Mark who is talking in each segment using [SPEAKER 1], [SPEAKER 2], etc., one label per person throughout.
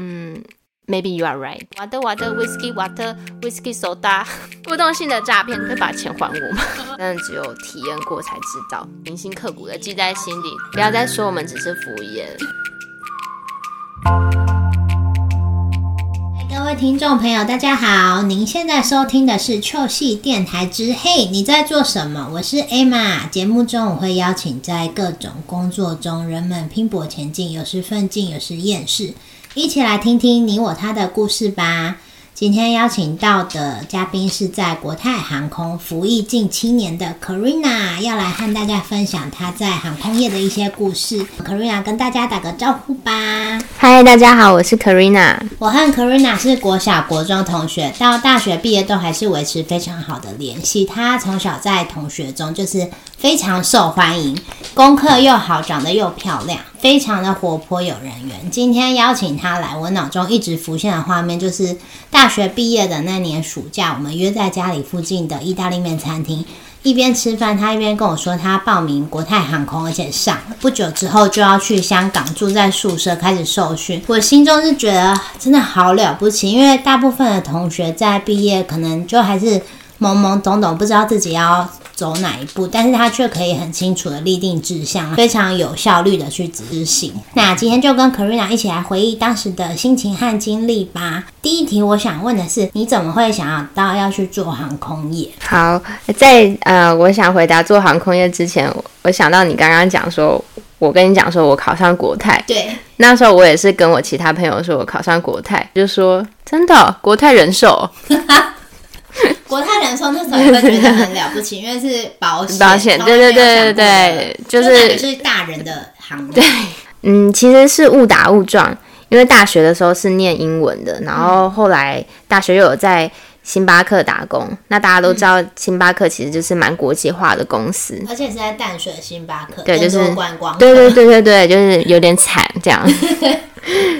[SPEAKER 1] 嗯 Maybe you are right. Water, water, whiskey, water, whiskey soda。互 动性的诈骗，你可以把钱还我 吗？真的只有体验过才知道，铭心刻骨的记在心里。不要再说我们只是敷衍。
[SPEAKER 2] 各位听众朋友，大家好！您现在收听的是秋系电台之《嘿，你在做什么？》我是 Emma。节目中我会邀请在各种工作中人们拼搏前进，有时奋进，有时厌世，一起来听听你我他的故事吧。今天邀请到的嘉宾是在国泰航空服役近七年的 Karina，要来和大家分享她在航空业的一些故事。Karina 跟大家打个招呼吧。
[SPEAKER 1] 嗨，大家好，我是 Karina。
[SPEAKER 2] 我和 Karina 是国小、国中同学，到大学毕业都还是维持非常好的联系。她从小在同学中就是非常受欢迎，功课又好，长得又漂亮，非常的活泼有人缘。今天邀请她来，我脑中一直浮现的画面就是大学毕业的那年暑假，我们约在家里附近的意大利面餐厅。一边吃饭，她一边跟我说她报名国泰航空，而且上了不久之后就要去香港，住在宿舍开始受训。我心中是觉得真的好了不起，因为大部分的同学在毕业可能就还是懵懵懂懂，不知道自己要走哪一步，但是他却可以很清楚的立定志向，非常有效率的去执行。那今天就跟 Karina 一起来回忆当时的心情和经历吧。第一题，我想问的是，你怎么会想要到要去做航空业？
[SPEAKER 1] 好，在呃，我想回答做航空业之前，我我想到你刚刚讲说，我跟你讲说我考上国泰，
[SPEAKER 2] 对，
[SPEAKER 1] 那时候我也是跟我其他朋友说我考上国泰，就说真的哦国泰人寿哦
[SPEAKER 2] 国泰人寿那时候也会觉得很了不起，因为是保险，
[SPEAKER 1] 保险，对对对对对，
[SPEAKER 2] 从
[SPEAKER 1] 就
[SPEAKER 2] 来没有
[SPEAKER 1] 是
[SPEAKER 2] 想过的，就感觉是大人的行业，
[SPEAKER 1] 嗯，其实是误打误撞，因为大学的时候是念英文的，然后后来大学又有在星巴克打工，那大家都知道星巴克其实就是蛮国际化的公司，
[SPEAKER 2] 而且是在淡水星巴克，
[SPEAKER 1] 对
[SPEAKER 2] 更
[SPEAKER 1] 就是
[SPEAKER 2] 多观光客，
[SPEAKER 1] 对对对对对，就是有点惨这样，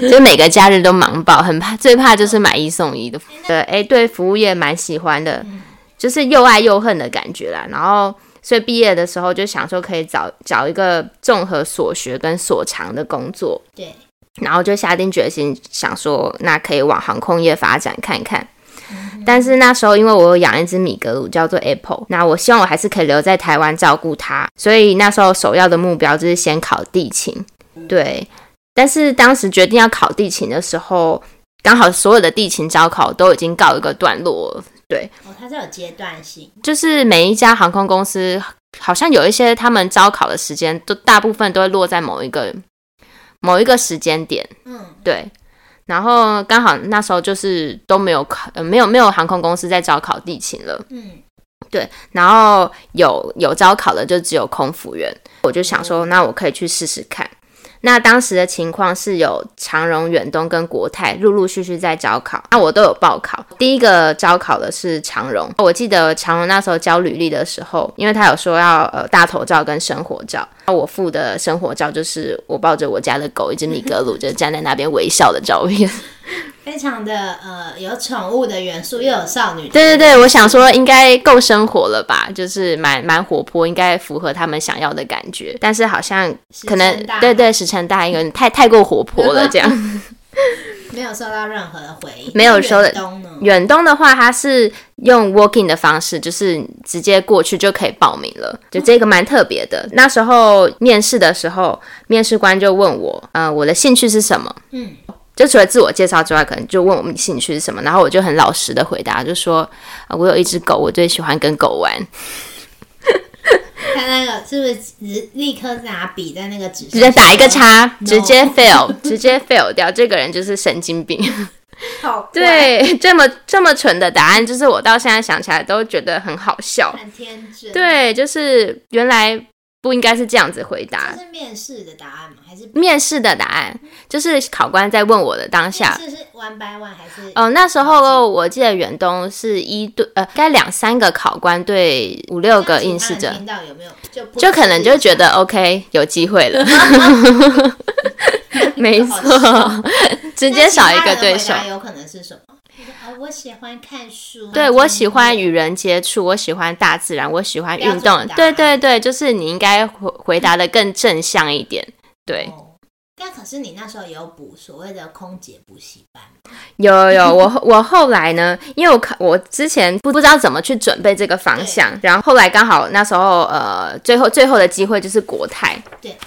[SPEAKER 1] 就每个假日都忙爆，很怕最怕就是买一送一的。对，哎，对服务业蛮喜欢的，就是又爱又恨的感觉啦。然后，所以毕业的时候就想说可以找找一个综合所学跟所长的工作，
[SPEAKER 2] 对
[SPEAKER 1] 然后就下定决心想说，那可以往航空业发展看看。但是那时候，因为我有养一只米格鲁，叫做 Apple，那我希望我还是可以留在台湾照顾它，所以那时候首要的目标就是先考地勤。对，但是当时决定要考地勤的时候，刚好所有的地勤招考都已经告一个段落了，
[SPEAKER 2] 哦，它是有阶段性，
[SPEAKER 1] 就是每一家航空公司好像有一些他们招考的时间都大部分都会落在某一个某一个时间点。
[SPEAKER 2] 嗯，
[SPEAKER 1] 对，然后刚好那时候就是都没有考，呃、没有没有航空公司在招考地勤了，
[SPEAKER 2] 嗯，
[SPEAKER 1] 对，然后有有招考的就只有空服员，我就想说，那我可以去试试看。那当时的情况是有长荣、远东跟国泰陆陆续续在招考，那我都有报考。第一个招考的是长荣，我记得长荣那时候交履历的时候，因为他有说要呃大头照跟生活照，那我附的生活照就是我抱着我家的狗一只米格鲁，就站在那边微笑的照片。
[SPEAKER 2] 非常的呃有宠物的元素，又有少女，
[SPEAKER 1] 对对对，我想说应该够生活了吧，就是蛮蛮活泼，应该符合他们想要的感觉。但是好像
[SPEAKER 2] 石
[SPEAKER 1] 可能
[SPEAKER 2] 沉大海
[SPEAKER 1] 对对石沉大海，有点太太过活泼了这 样。
[SPEAKER 2] 没有受到任何的回应，
[SPEAKER 1] 没有嗯
[SPEAKER 2] 那
[SPEAKER 1] 收的
[SPEAKER 2] 远东呢，
[SPEAKER 1] 远东的话，它是用 walking 的方式，就是直接过去就可以报名了，就这个蛮特别的。那时候面试的时候，面试官就问我，呃，我的兴趣是什么？
[SPEAKER 2] 嗯，
[SPEAKER 1] 就除了自我介绍之外，可能就问我们兴趣是什么，然后我就很老实的回答，就说、呃我有一只狗，我最喜欢跟狗玩。
[SPEAKER 2] 看那个是不是只立刻拿笔在那个纸上
[SPEAKER 1] 直接打一个叉，
[SPEAKER 2] No
[SPEAKER 1] 直接 fail，直 接 fail 掉，这个人就是神经 病。
[SPEAKER 2] 好怪，
[SPEAKER 1] 对，这么这么蠢的答案，就是我到现在想起来都觉得很好笑。
[SPEAKER 2] 很天真，，
[SPEAKER 1] 对，就是原来不应该是这样子回答
[SPEAKER 2] 这。是面试的答案吗？还是
[SPEAKER 1] 面试的答案就是考官在问我的当下。
[SPEAKER 2] 面试是 one by one 还是
[SPEAKER 1] 哦，那时候我记得远东是一对，呃，大概两三个考官对五六个应试
[SPEAKER 2] 这
[SPEAKER 1] 者
[SPEAKER 2] 样，其他人听到有没有就不
[SPEAKER 1] 就可能就 觉得 OK 有机会了。没错， 直接少一个对手
[SPEAKER 2] 那其他人的回答。有可能是什么？哦，我喜欢看书。
[SPEAKER 1] 对
[SPEAKER 2] 听
[SPEAKER 1] 我喜欢
[SPEAKER 2] 音乐
[SPEAKER 1] 与人接触，我喜欢大自然，我喜欢运
[SPEAKER 2] 标
[SPEAKER 1] 动
[SPEAKER 2] 准答。
[SPEAKER 1] 对对对，就是你应该回回答的更正向一点。对，
[SPEAKER 2] 哦但可是你那时候有补所谓的空姐补习班，
[SPEAKER 1] 有有有，我我后来呢，因为我看我之前不不知道怎么去准备这个方向，然后后来刚好那时候呃，最后最后的机会就是国泰。
[SPEAKER 2] 对。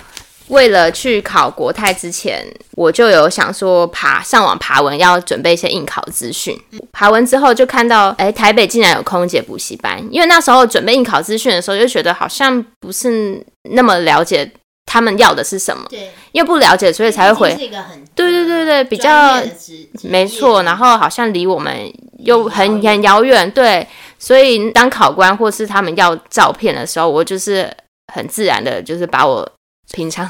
[SPEAKER 1] 为了去考国泰之前，我就有想说爬上网爬文，要准备一些应考资讯。爬文之后就看到，哎，台北竟然有空姐补习班。因为那时候准备应考资讯的时候，就觉得好像不是那么了解他们要的是什么，
[SPEAKER 2] 对，
[SPEAKER 1] 因为不了解，所以才会回
[SPEAKER 2] 这是一个很
[SPEAKER 1] 对对对对，比较
[SPEAKER 2] 专业的职
[SPEAKER 1] 没错。然
[SPEAKER 2] 后
[SPEAKER 1] 后好像离我们又很
[SPEAKER 2] 很遥远
[SPEAKER 1] 很遥远，对。所以当考官或是他们要照片的时候，我就是很自然的，就是把我平常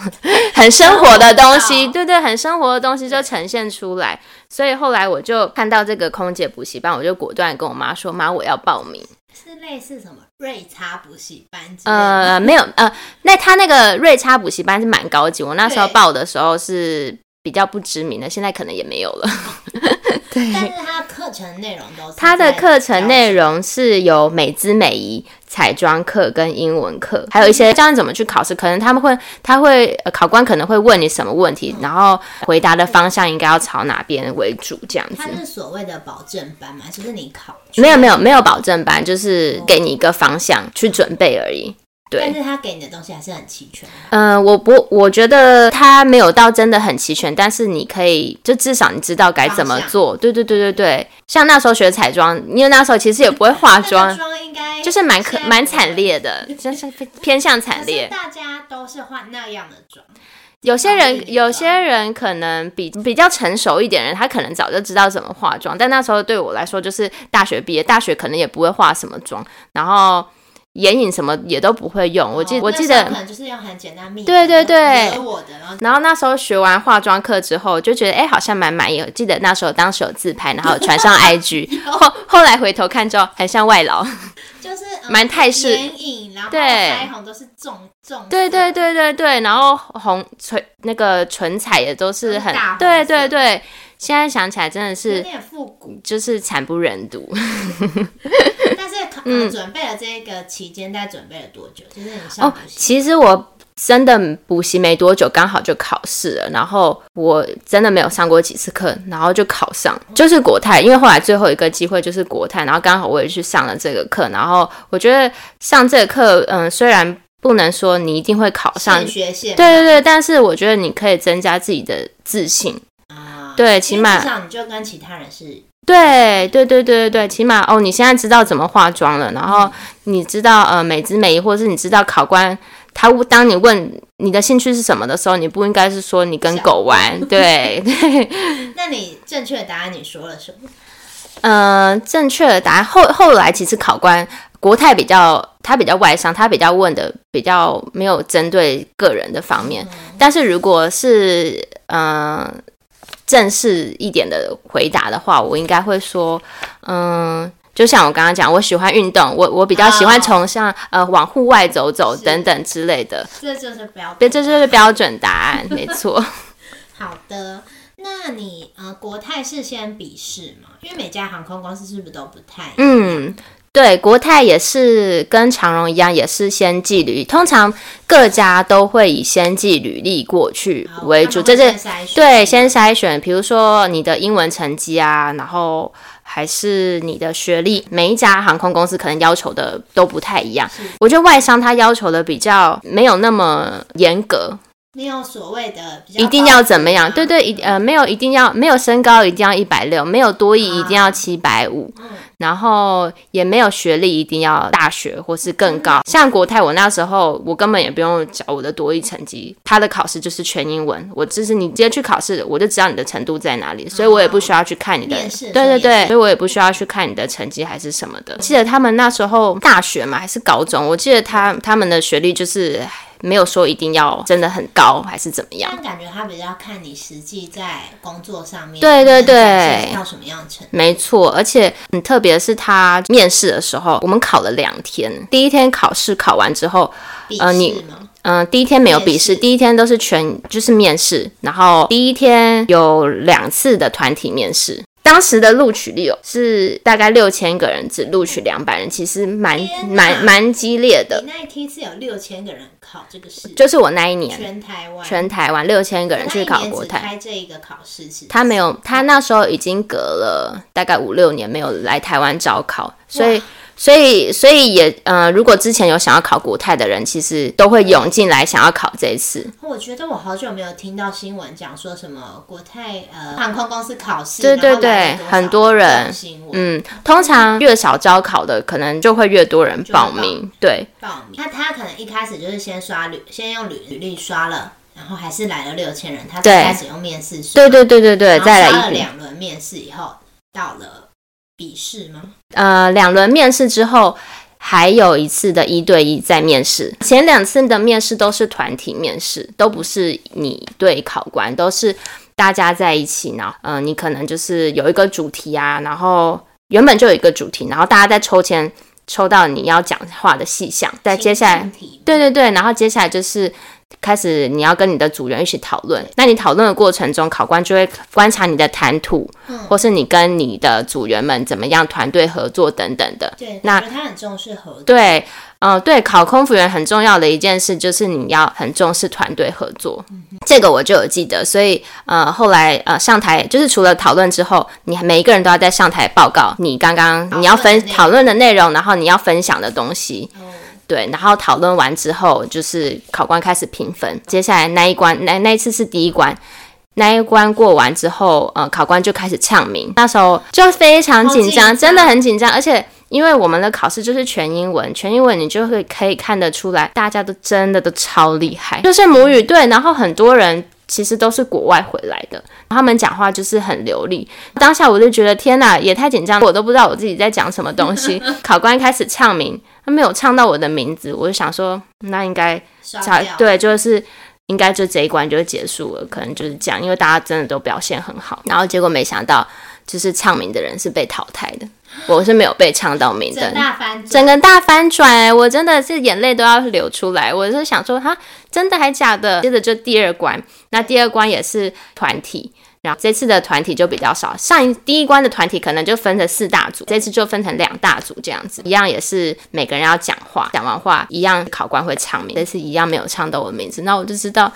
[SPEAKER 1] 很生活的东西，
[SPEAKER 2] 生活照
[SPEAKER 1] 对对，很生活的东西就
[SPEAKER 2] 对
[SPEAKER 1] 呈现出来。所以后来我就看到这个空姐补习班，我就果断跟我妈说：“妈，我要报名。”
[SPEAKER 2] 是类似什么瑞差补习班之类的，
[SPEAKER 1] 呃，没有，呃，那他那个瑞差补习班是蛮高级，我那时候
[SPEAKER 2] 对
[SPEAKER 1] 报的时候是比较不知名的，现在可能也没有了。 对
[SPEAKER 2] 但是它课程内容都是
[SPEAKER 1] 他的
[SPEAKER 2] 在
[SPEAKER 1] 课程内
[SPEAKER 2] 教
[SPEAKER 1] 容是有美姿美仪、彩妆课跟英文课，还有一些教你怎么去考试。可能他们会，他会、呃考官可能会问你什么问题，然后回答的方向应该要朝哪边为主，这样子
[SPEAKER 2] 它。是所谓的保证班嘛，就是你考
[SPEAKER 1] 没有没有没有保证班，就是给你一个方向去准备而
[SPEAKER 2] 嗯
[SPEAKER 1] 已。对，
[SPEAKER 2] 但是他给你的东西还是很齐全的。
[SPEAKER 1] 呃，我不，我觉得它没有到真的很齐全，但是你可以，就至少你知道该怎么
[SPEAKER 2] 方向
[SPEAKER 1] 做。对对对对对，像那时候学彩妆，因为那时候其实也不会化
[SPEAKER 2] 那
[SPEAKER 1] 妆
[SPEAKER 2] 个，妆应该
[SPEAKER 1] 就是蛮可
[SPEAKER 2] 现在
[SPEAKER 1] 蛮
[SPEAKER 2] 不会
[SPEAKER 1] 惨，烈的，就是偏向
[SPEAKER 2] 可
[SPEAKER 1] 惨
[SPEAKER 2] 是
[SPEAKER 1] 烈。
[SPEAKER 2] 大家都是换那样的妆，
[SPEAKER 1] 有些
[SPEAKER 2] 哦
[SPEAKER 1] 人，
[SPEAKER 2] 对
[SPEAKER 1] 有些人可能比比较成熟一点的人，他可能早就知道怎么化妆，但那时候对我来说，就是大学毕业，大学可能也不会化什么妆，然后眼影什么也都不会用。我记、
[SPEAKER 2] 哦
[SPEAKER 1] 我
[SPEAKER 2] 那
[SPEAKER 1] 记
[SPEAKER 2] 时候
[SPEAKER 1] 得
[SPEAKER 2] 可能就是用很简单蜜粉，
[SPEAKER 1] 对对对
[SPEAKER 2] 惹我的，然后
[SPEAKER 1] 然后那时候学完化妆课之后，就觉得哎、诶好像蛮满意。我记得那时候当时有自拍，然后有 传上 IG，后后来回头看之后，很像外劳。
[SPEAKER 2] 就是嗯
[SPEAKER 1] 蛮泰式
[SPEAKER 2] 眼影，然后
[SPEAKER 1] 对
[SPEAKER 2] 腮红都是重重色，
[SPEAKER 1] 对对对对对，然后红唇那个唇彩也都是很
[SPEAKER 2] 很大红，色
[SPEAKER 1] 对对对。现在想起来真的
[SPEAKER 2] 有
[SPEAKER 1] 是
[SPEAKER 2] 点复 古。
[SPEAKER 1] 就是惨不忍睹。
[SPEAKER 2] 但是可
[SPEAKER 1] 嗯
[SPEAKER 2] 能准备了这个期间，大概准备了多久？就是你上
[SPEAKER 1] 哦
[SPEAKER 2] 补，习
[SPEAKER 1] 其实我真的补习没多久，刚好就考试了。然后我真的没有上过几次课，然后就考上，就是国泰。因为后来最后一个机会就是国泰，然后刚好我也去上了这个课。然后我觉得上这个课，嗯，虽然不能说你一定会考上
[SPEAKER 2] 现，学现
[SPEAKER 1] 对对对，但是我觉得你可以增加自己的自信。
[SPEAKER 2] 啊，
[SPEAKER 1] 对，起
[SPEAKER 2] 因为
[SPEAKER 1] 码
[SPEAKER 2] 至少你就跟其他人是
[SPEAKER 1] 对对对对对对，起码哦，你现在知道怎么化妆了，然后你知道呃美姿美仪，或者是你知道考官他当你问你的兴趣是什么的时候，你不应该是说你跟
[SPEAKER 2] 小
[SPEAKER 1] 狗玩，对对，
[SPEAKER 2] 那你正确的答案你说了什么？
[SPEAKER 1] 呃，正确的答案后后来其实考官国泰比较他比较外商，他比较问的比较没有针对个人的方面，但是如果是嗯、呃正式一点的回答的话，我应该会说，嗯、就像我刚刚讲，我喜欢运动，我我比较喜欢
[SPEAKER 2] 哦
[SPEAKER 1] 崇尚、呃往户外走走
[SPEAKER 2] 是
[SPEAKER 1] 等等之类的，
[SPEAKER 2] 这就是标准。
[SPEAKER 1] 对，这就是标准答案，没错。
[SPEAKER 2] 好的，那你呃，国泰是先笔试嘛？因为每家航空公司是不是都不太？
[SPEAKER 1] 嗯，对，国泰也是跟长荣一样，也是先寄履历。通常各家都会以先寄履历过去
[SPEAKER 2] 好
[SPEAKER 1] 为
[SPEAKER 2] 他
[SPEAKER 1] 主，
[SPEAKER 2] 们
[SPEAKER 1] 这
[SPEAKER 2] 会
[SPEAKER 1] 是
[SPEAKER 2] 先筛选
[SPEAKER 1] 对先筛选，比如说你的英文成绩啊，然后还是你的学历，每一家航空公司可能要求的都不太一样
[SPEAKER 2] 是。
[SPEAKER 1] 我觉得外商它要求的比较没有那么严格，
[SPEAKER 2] 你有所谓的比较
[SPEAKER 1] 一定要怎么样？
[SPEAKER 2] 高
[SPEAKER 1] 对
[SPEAKER 2] 级的
[SPEAKER 1] 对，一呃没有一定要没有身高一定要一百六，没有多艺一定要七百五。
[SPEAKER 2] 嗯
[SPEAKER 1] 然后也没有学历一定要大学或是更
[SPEAKER 2] 嗯
[SPEAKER 1] 高。像国泰，我那时候我根本也不用找我的多益成绩，他的考试就是全英文，我就是你直接去考试，我就知道你的程度在哪里，所以我也不需要去看你的
[SPEAKER 2] 啊面试，的时
[SPEAKER 1] 对
[SPEAKER 2] 候
[SPEAKER 1] 对
[SPEAKER 2] 也
[SPEAKER 1] 对，
[SPEAKER 2] 是
[SPEAKER 1] 所以我也不需要去看你的成绩还是什么的。记得他们那时候大学嘛还是高中，我记得他他们的学历就是没有说一定要真的很高还是怎么样。
[SPEAKER 2] 但感觉他比较看你实际在工作上面，
[SPEAKER 1] 对对对
[SPEAKER 2] 能展现到什么样的程度？
[SPEAKER 1] 没错，而且很特别的是，他面试的时候，我们考了两天。第一天考试考完之后，
[SPEAKER 2] 笔
[SPEAKER 1] 呃你
[SPEAKER 2] 试吗？
[SPEAKER 1] 嗯、第一天没有笔
[SPEAKER 2] 面
[SPEAKER 1] 试，
[SPEAKER 2] 试
[SPEAKER 1] 第一天都是全就是面试，然后第一天有两次的团体面试。当时的录取率有是大概六千个人，只录取两百人，其实蛮
[SPEAKER 2] 天哪
[SPEAKER 1] 蛮蛮激烈的
[SPEAKER 2] 你。那一梯是有六千个人考这个试，
[SPEAKER 1] 就是我那一年，
[SPEAKER 2] 全台湾
[SPEAKER 1] 全台湾六千个人去
[SPEAKER 2] 那一
[SPEAKER 1] 考
[SPEAKER 2] 年
[SPEAKER 1] 国
[SPEAKER 2] 只
[SPEAKER 1] 泰，
[SPEAKER 2] 开这一个考试是不是
[SPEAKER 1] 他没有，他那时候已经隔了大概五六年没有来台湾招考，所以。所以，所以也，呃，如果之前有想要考国泰的人，其实都会涌进来想要考这一次。
[SPEAKER 2] 我觉得我好久没有听到新闻讲说什么国泰呃航空公司考试，
[SPEAKER 1] 对对
[SPEAKER 2] 然后来了
[SPEAKER 1] 对
[SPEAKER 2] 少
[SPEAKER 1] 很多人
[SPEAKER 2] 这种新闻
[SPEAKER 1] 嗯，通常越少招考的，可能就会越多人报名。对，
[SPEAKER 2] 报名。那他可能一开始就是先刷履，先用履履历刷了，然后还是来了六千人，他
[SPEAKER 1] 对
[SPEAKER 2] 才开始用面试刷，
[SPEAKER 1] 对对对对对，
[SPEAKER 2] 然后刷
[SPEAKER 1] 再来
[SPEAKER 2] 了
[SPEAKER 1] 一遍。
[SPEAKER 2] 两轮面试以后，到了笔试吗？
[SPEAKER 1] 呃，两轮面试之后，还有一次的一对一再面试。前两次的面试都是团体面试，都不是你对考官，都是大家在一起呢。嗯、呃，你可能就是有一个主题啊，然后原本就有一个主题，然后大家在抽签抽到你要讲话的细项，再接下来
[SPEAKER 2] 情境题吗
[SPEAKER 1] 对对对，然后接下来就是开始你要跟你的组员一起讨论。那你讨论的过程中，考官就会观察你的谈吐，或是你跟你的组员们怎么样团队合作等等的。
[SPEAKER 2] 对，
[SPEAKER 1] 那
[SPEAKER 2] 我觉得他很重视合作，
[SPEAKER 1] 对，呃，对，考空服员很重要的一件事就是你要很重视团队合作，这个我就有记得。所以，呃，后来呃上台就是除了讨论之后，你每一个人都要在上台报告你刚刚你要分讨
[SPEAKER 2] 讨
[SPEAKER 1] 论的内容，然后你要分享的东西。
[SPEAKER 2] 哦，
[SPEAKER 1] 对，然后讨论完之后，就是考官开始评分。接下来那一关，那那一次是第一关，那一关过完之后，呃，考官就开始唱名。那时候就非常紧张，
[SPEAKER 2] 好紧张
[SPEAKER 1] 真的很紧张，而且。因为我们的考试就是全英文，全英文你就会可以看得出来，大家都真的都超厉害，就是母语对，然后很多人其实都是国外回来的，他们讲话就是很流利。当下我就觉得天哪，也太紧张，我都不知道我自己在讲什么东 西。考官开始唱名，他没有唱到我的名字，我就想说，那应该
[SPEAKER 2] 刷
[SPEAKER 1] 差
[SPEAKER 2] 掉，
[SPEAKER 1] 对，就是应该就这一关就结束了，可能就是这样，因为大家真的都表现很好。然后结果没想到，就是唱名的人是被淘汰的，我是没有被唱到名的
[SPEAKER 2] 整。大翻
[SPEAKER 1] 整
[SPEAKER 2] 转，
[SPEAKER 1] 个大翻转、欸，我真的是眼泪都要流出来。我就想说，哈，真的还假的？接着就第二关，那第二关也是团体，然后这次的团体就比较少。上一第一关的团体可能就分成四大组，这次就分成两大组这样子，一样也是每个人要讲话，讲完话一样考官会唱名，这次一样没有唱到我的名字，那我就知道。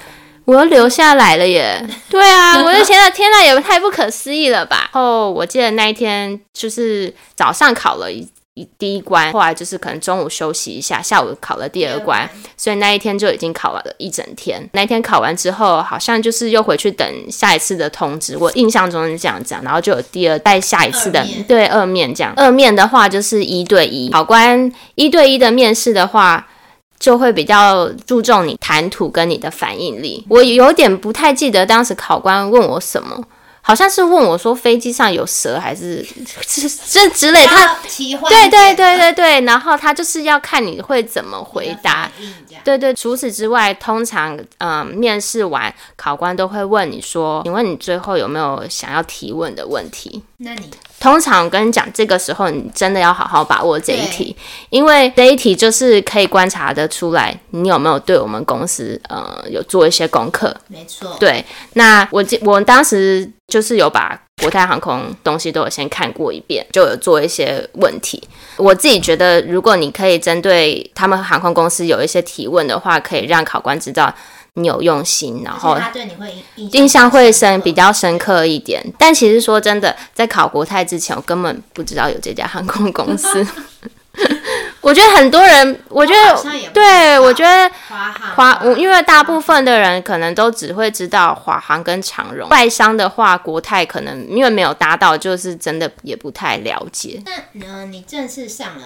[SPEAKER 1] 我又留下来了耶！ 对啊，我就觉得天呐，也太不可思议了吧！然后我记得那一天就是早上考了一一第一关，后来就是可能中午休息一下，下午考了第二关，所以那一天就已经考完了一整天。那一天考完之后，好像就是又回去等下一次的通知。我印象中是这样啊讲，然后就有第二带下一次的
[SPEAKER 2] 二面
[SPEAKER 1] 对二面这样。二面的话就是一对一，考官一对一的面试的话。就会比较注重你谈吐跟你的反应力。我有点不太记得当时考官问我什么，好像是问我说飞机上有蛇还是 这这之类，他
[SPEAKER 2] 要奇幻
[SPEAKER 1] 对
[SPEAKER 2] 一点，
[SPEAKER 1] 对
[SPEAKER 2] 嗯
[SPEAKER 1] 对对对，然后他就是要看你会怎么回答，
[SPEAKER 2] 你的反应这样，
[SPEAKER 1] 对对，除此之外，通常嗯、呃面试完，考官都会问你说：“请问你最后有没有想要提问的问题
[SPEAKER 2] 那你？”
[SPEAKER 1] 通常我跟你讲，这个时候你真的要好好把握这一题，因为这一题就是可以观察得出来你有没有对我们公司呃有做一些功课。
[SPEAKER 2] 没错，
[SPEAKER 1] 对，那我记我当时就是有把国泰航空东西都有先看过一遍，就有做一些问题。我自己觉得，如果你可以针对他们航空公司有一些提问的话，可以让考官知道你有用心，然
[SPEAKER 2] 而且
[SPEAKER 1] 后
[SPEAKER 2] 他对你会印哦
[SPEAKER 1] 印象会深，比
[SPEAKER 2] 较
[SPEAKER 1] 较深刻一点。但其实说真的，在考国泰之前，我根本不知道有这家航空公 司。我觉得很多人，我觉
[SPEAKER 2] 好像也
[SPEAKER 1] 得
[SPEAKER 2] 不，知
[SPEAKER 1] 对
[SPEAKER 2] 道
[SPEAKER 1] 我觉得
[SPEAKER 2] 华航
[SPEAKER 1] 华，
[SPEAKER 2] 吧
[SPEAKER 1] 我嗯因为大部分的人可能都只会知道华航跟长荣，外商的话，国泰可能因为没有搭到，就是真的也不太了解。
[SPEAKER 2] 那呃，你正式上了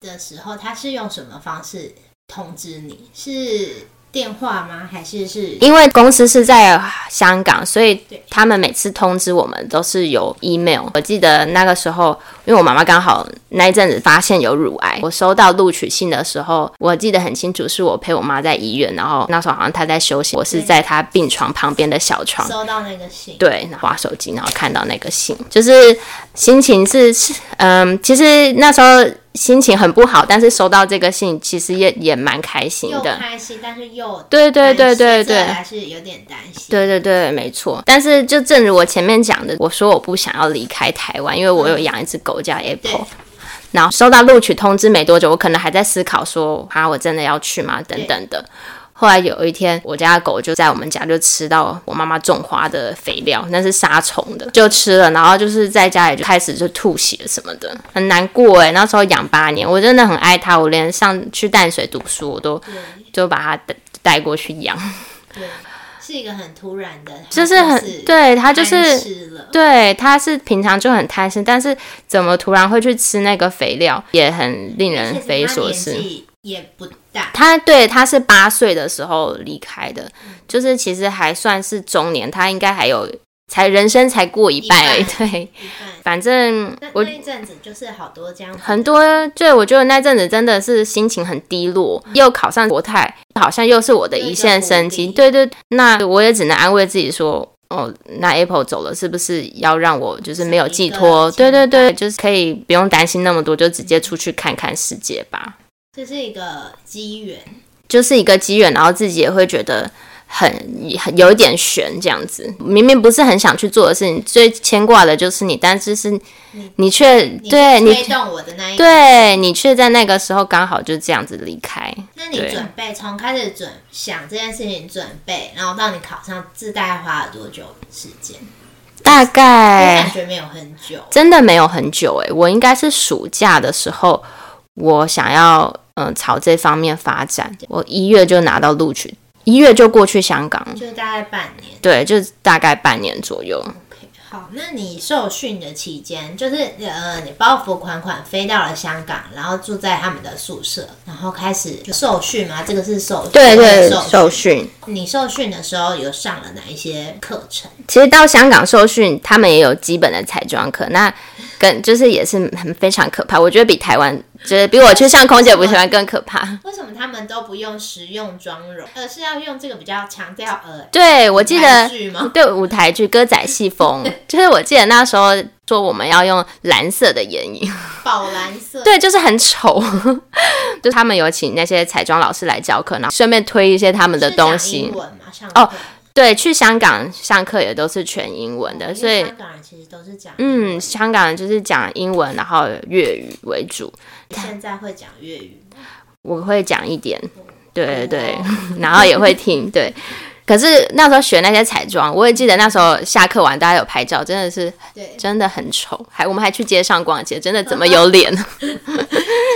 [SPEAKER 2] 的时候，他是用什么方式通知你？是电话吗？还是是
[SPEAKER 1] 因为公司是在香港，所以
[SPEAKER 2] 对
[SPEAKER 1] 他们每次通知我们都是有 email。我记得那个时候，因为我妈妈刚好那一阵子发现有乳癌，我收到录取信的时候，我记得很清楚，是我陪我妈在医院，然后那时候好像她在休息，我是
[SPEAKER 2] 对
[SPEAKER 1] 在她病床旁边的小床。
[SPEAKER 2] 收到那个信？
[SPEAKER 1] 对，然后划手机，然后看到那个信，就是心情是是嗯，其实那时候心情很不好，但是收到这个信，其实也也蛮开心
[SPEAKER 2] 又
[SPEAKER 1] 的。
[SPEAKER 2] 开心，但是又
[SPEAKER 1] 对对对对
[SPEAKER 2] 担心这
[SPEAKER 1] 对
[SPEAKER 2] 还是有点担心。
[SPEAKER 1] 对对对，没错。但是就正如我前面讲的，我说我不想要离开台湾，因为我有养一只狗叫 Apple
[SPEAKER 2] 对。
[SPEAKER 1] 然后收到录取通知没多久，我可能还在思考说，啊，我真的要去吗？等等的。后来有一天，我家的狗就在我们家就吃到我妈妈种花的肥料，那是杀虫的，就吃了，然后就是在家里就开始就吐血什么的，很难过哎。那时候养八年，我真的很爱它，我连上去淡水读书，我都就把它带带过去养。
[SPEAKER 2] 对，是一个很突然的，
[SPEAKER 1] 就是很对它就是
[SPEAKER 2] 暗示了
[SPEAKER 1] 对，它是平常就很贪心，但是怎么突然会去吃那个肥料，也很令人匪夷所
[SPEAKER 2] 而且他
[SPEAKER 1] 思
[SPEAKER 2] 年。纪也不大，
[SPEAKER 1] 他对他是八岁的时候离开的，就是其实还算是中年，他应该还有才人生才过一半而已。
[SPEAKER 2] 一
[SPEAKER 1] 对，
[SPEAKER 2] 一半
[SPEAKER 1] 反正
[SPEAKER 2] 那
[SPEAKER 1] 我
[SPEAKER 2] 那一阵子就是好多这样子的
[SPEAKER 1] 很多，对我觉得那阵子真的是心情很低落，又考上国泰，好像又是我的一线生机。
[SPEAKER 2] 又一
[SPEAKER 1] 对对，那我也只能安慰自己说。哦，那 Apple 走了，是不是要让我就是没有寄托？
[SPEAKER 2] 是一
[SPEAKER 1] 对
[SPEAKER 2] 个
[SPEAKER 1] 对对，就是可以不用担心那么多，就直接出去看看世界吧。
[SPEAKER 2] 这是一个机缘，
[SPEAKER 1] 就是一个机缘，然后自己也会觉得很很有一点悬这样子。明明不是很想去做的事情，最牵挂的就是你，但是是你却
[SPEAKER 2] 你
[SPEAKER 1] 对
[SPEAKER 2] 推
[SPEAKER 1] 你
[SPEAKER 2] 动我的那一
[SPEAKER 1] 对你却在那个时候刚好就这样子离开。
[SPEAKER 2] 那你
[SPEAKER 1] 对
[SPEAKER 2] 准备从开始准想这件事情准备，然后到你考上，这大概花了多久时间？
[SPEAKER 1] 大
[SPEAKER 2] 我
[SPEAKER 1] 概
[SPEAKER 2] 感觉没有很久，
[SPEAKER 1] 真的没有很久诶、我应该是暑假的时候，我想要嗯、呃朝这方面发展，我一月就拿到录取，一月就过去香港，
[SPEAKER 2] 就大概半年。
[SPEAKER 1] 对，就大概半年左右。
[SPEAKER 2] OK，好，那你受训的期间，就是呃，你包袱款款飞到了香港，然后住在他们的宿舍，然后开始就受训吗？这个是受
[SPEAKER 1] 对对，
[SPEAKER 2] 受
[SPEAKER 1] 受。训。
[SPEAKER 2] 你受训的时候有上了哪一些课程？
[SPEAKER 1] 其实到香港受训，他们也有基本的彩妆课，那跟就是也是很非常可怕。我觉得比台湾，就是比我去上空姐补习班更可怕。
[SPEAKER 2] 为什么他们都不用实用妆容，而是要用这个比较强调呃，
[SPEAKER 1] 对，我记
[SPEAKER 2] 韩
[SPEAKER 1] 得
[SPEAKER 2] 剧吗？
[SPEAKER 1] 对舞台剧《歌仔戏 风》，就是我记得那时候说我们要用蓝色的眼影，
[SPEAKER 2] 宝蓝色。
[SPEAKER 1] 对，就是很丑。 就他们有请那些彩妆老师来教课，然后顺便推一些他们的
[SPEAKER 2] 是
[SPEAKER 1] 东
[SPEAKER 2] 讲
[SPEAKER 1] 西
[SPEAKER 2] 英。文嘛，上
[SPEAKER 1] 哦
[SPEAKER 2] 课
[SPEAKER 1] 对，去香港上课也都是全英文的，
[SPEAKER 2] 因为
[SPEAKER 1] 所以
[SPEAKER 2] 香港人其实都是讲英文
[SPEAKER 1] 嗯，香港人就是讲英文，然后粤语为主。
[SPEAKER 2] 现在会讲粤语吗，
[SPEAKER 1] 我会讲一点，对对对
[SPEAKER 2] 哦，
[SPEAKER 1] 然后也会听，对。可是那时候学那些彩妆，我也记得那时候下课完大家有拍照，真的是
[SPEAKER 2] 对，
[SPEAKER 1] 真的很丑，还我们还去街上逛街，真的怎么 有脸？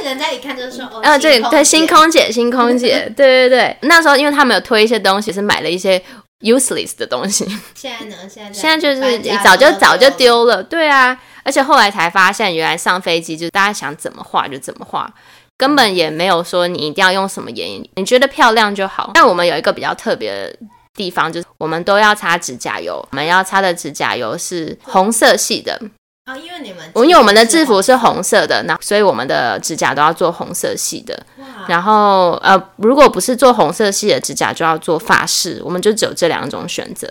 [SPEAKER 2] 人家一看就是说哦，
[SPEAKER 1] 然后嗯啊这
[SPEAKER 2] 星空
[SPEAKER 1] 对
[SPEAKER 2] 姐
[SPEAKER 1] 哦星空 姐，星空姐，对对对，那时候因为他们有推一些东西，是买了一些 useless 的东西，
[SPEAKER 2] 现在呢，现在
[SPEAKER 1] 现在就是
[SPEAKER 2] 搬家
[SPEAKER 1] 你早就
[SPEAKER 2] 都
[SPEAKER 1] 早就丢了，对啊，而且后来才发现，原来上飞机就是大家想怎么画就怎么画，根本也没有说你一定要用什么眼影，你觉得漂亮就好。但我们有一个比较特别的地方，就是我们都要擦指甲油，我们要擦的指甲油是红色系的，
[SPEAKER 2] 啊、因为你们
[SPEAKER 1] 因为我们的制服是红色的，那所以我们的指甲都要做红色系的。
[SPEAKER 2] 哇，
[SPEAKER 1] 然后呃，如果不是做红色系的指甲，就要做发饰，我们就只有这两种选择。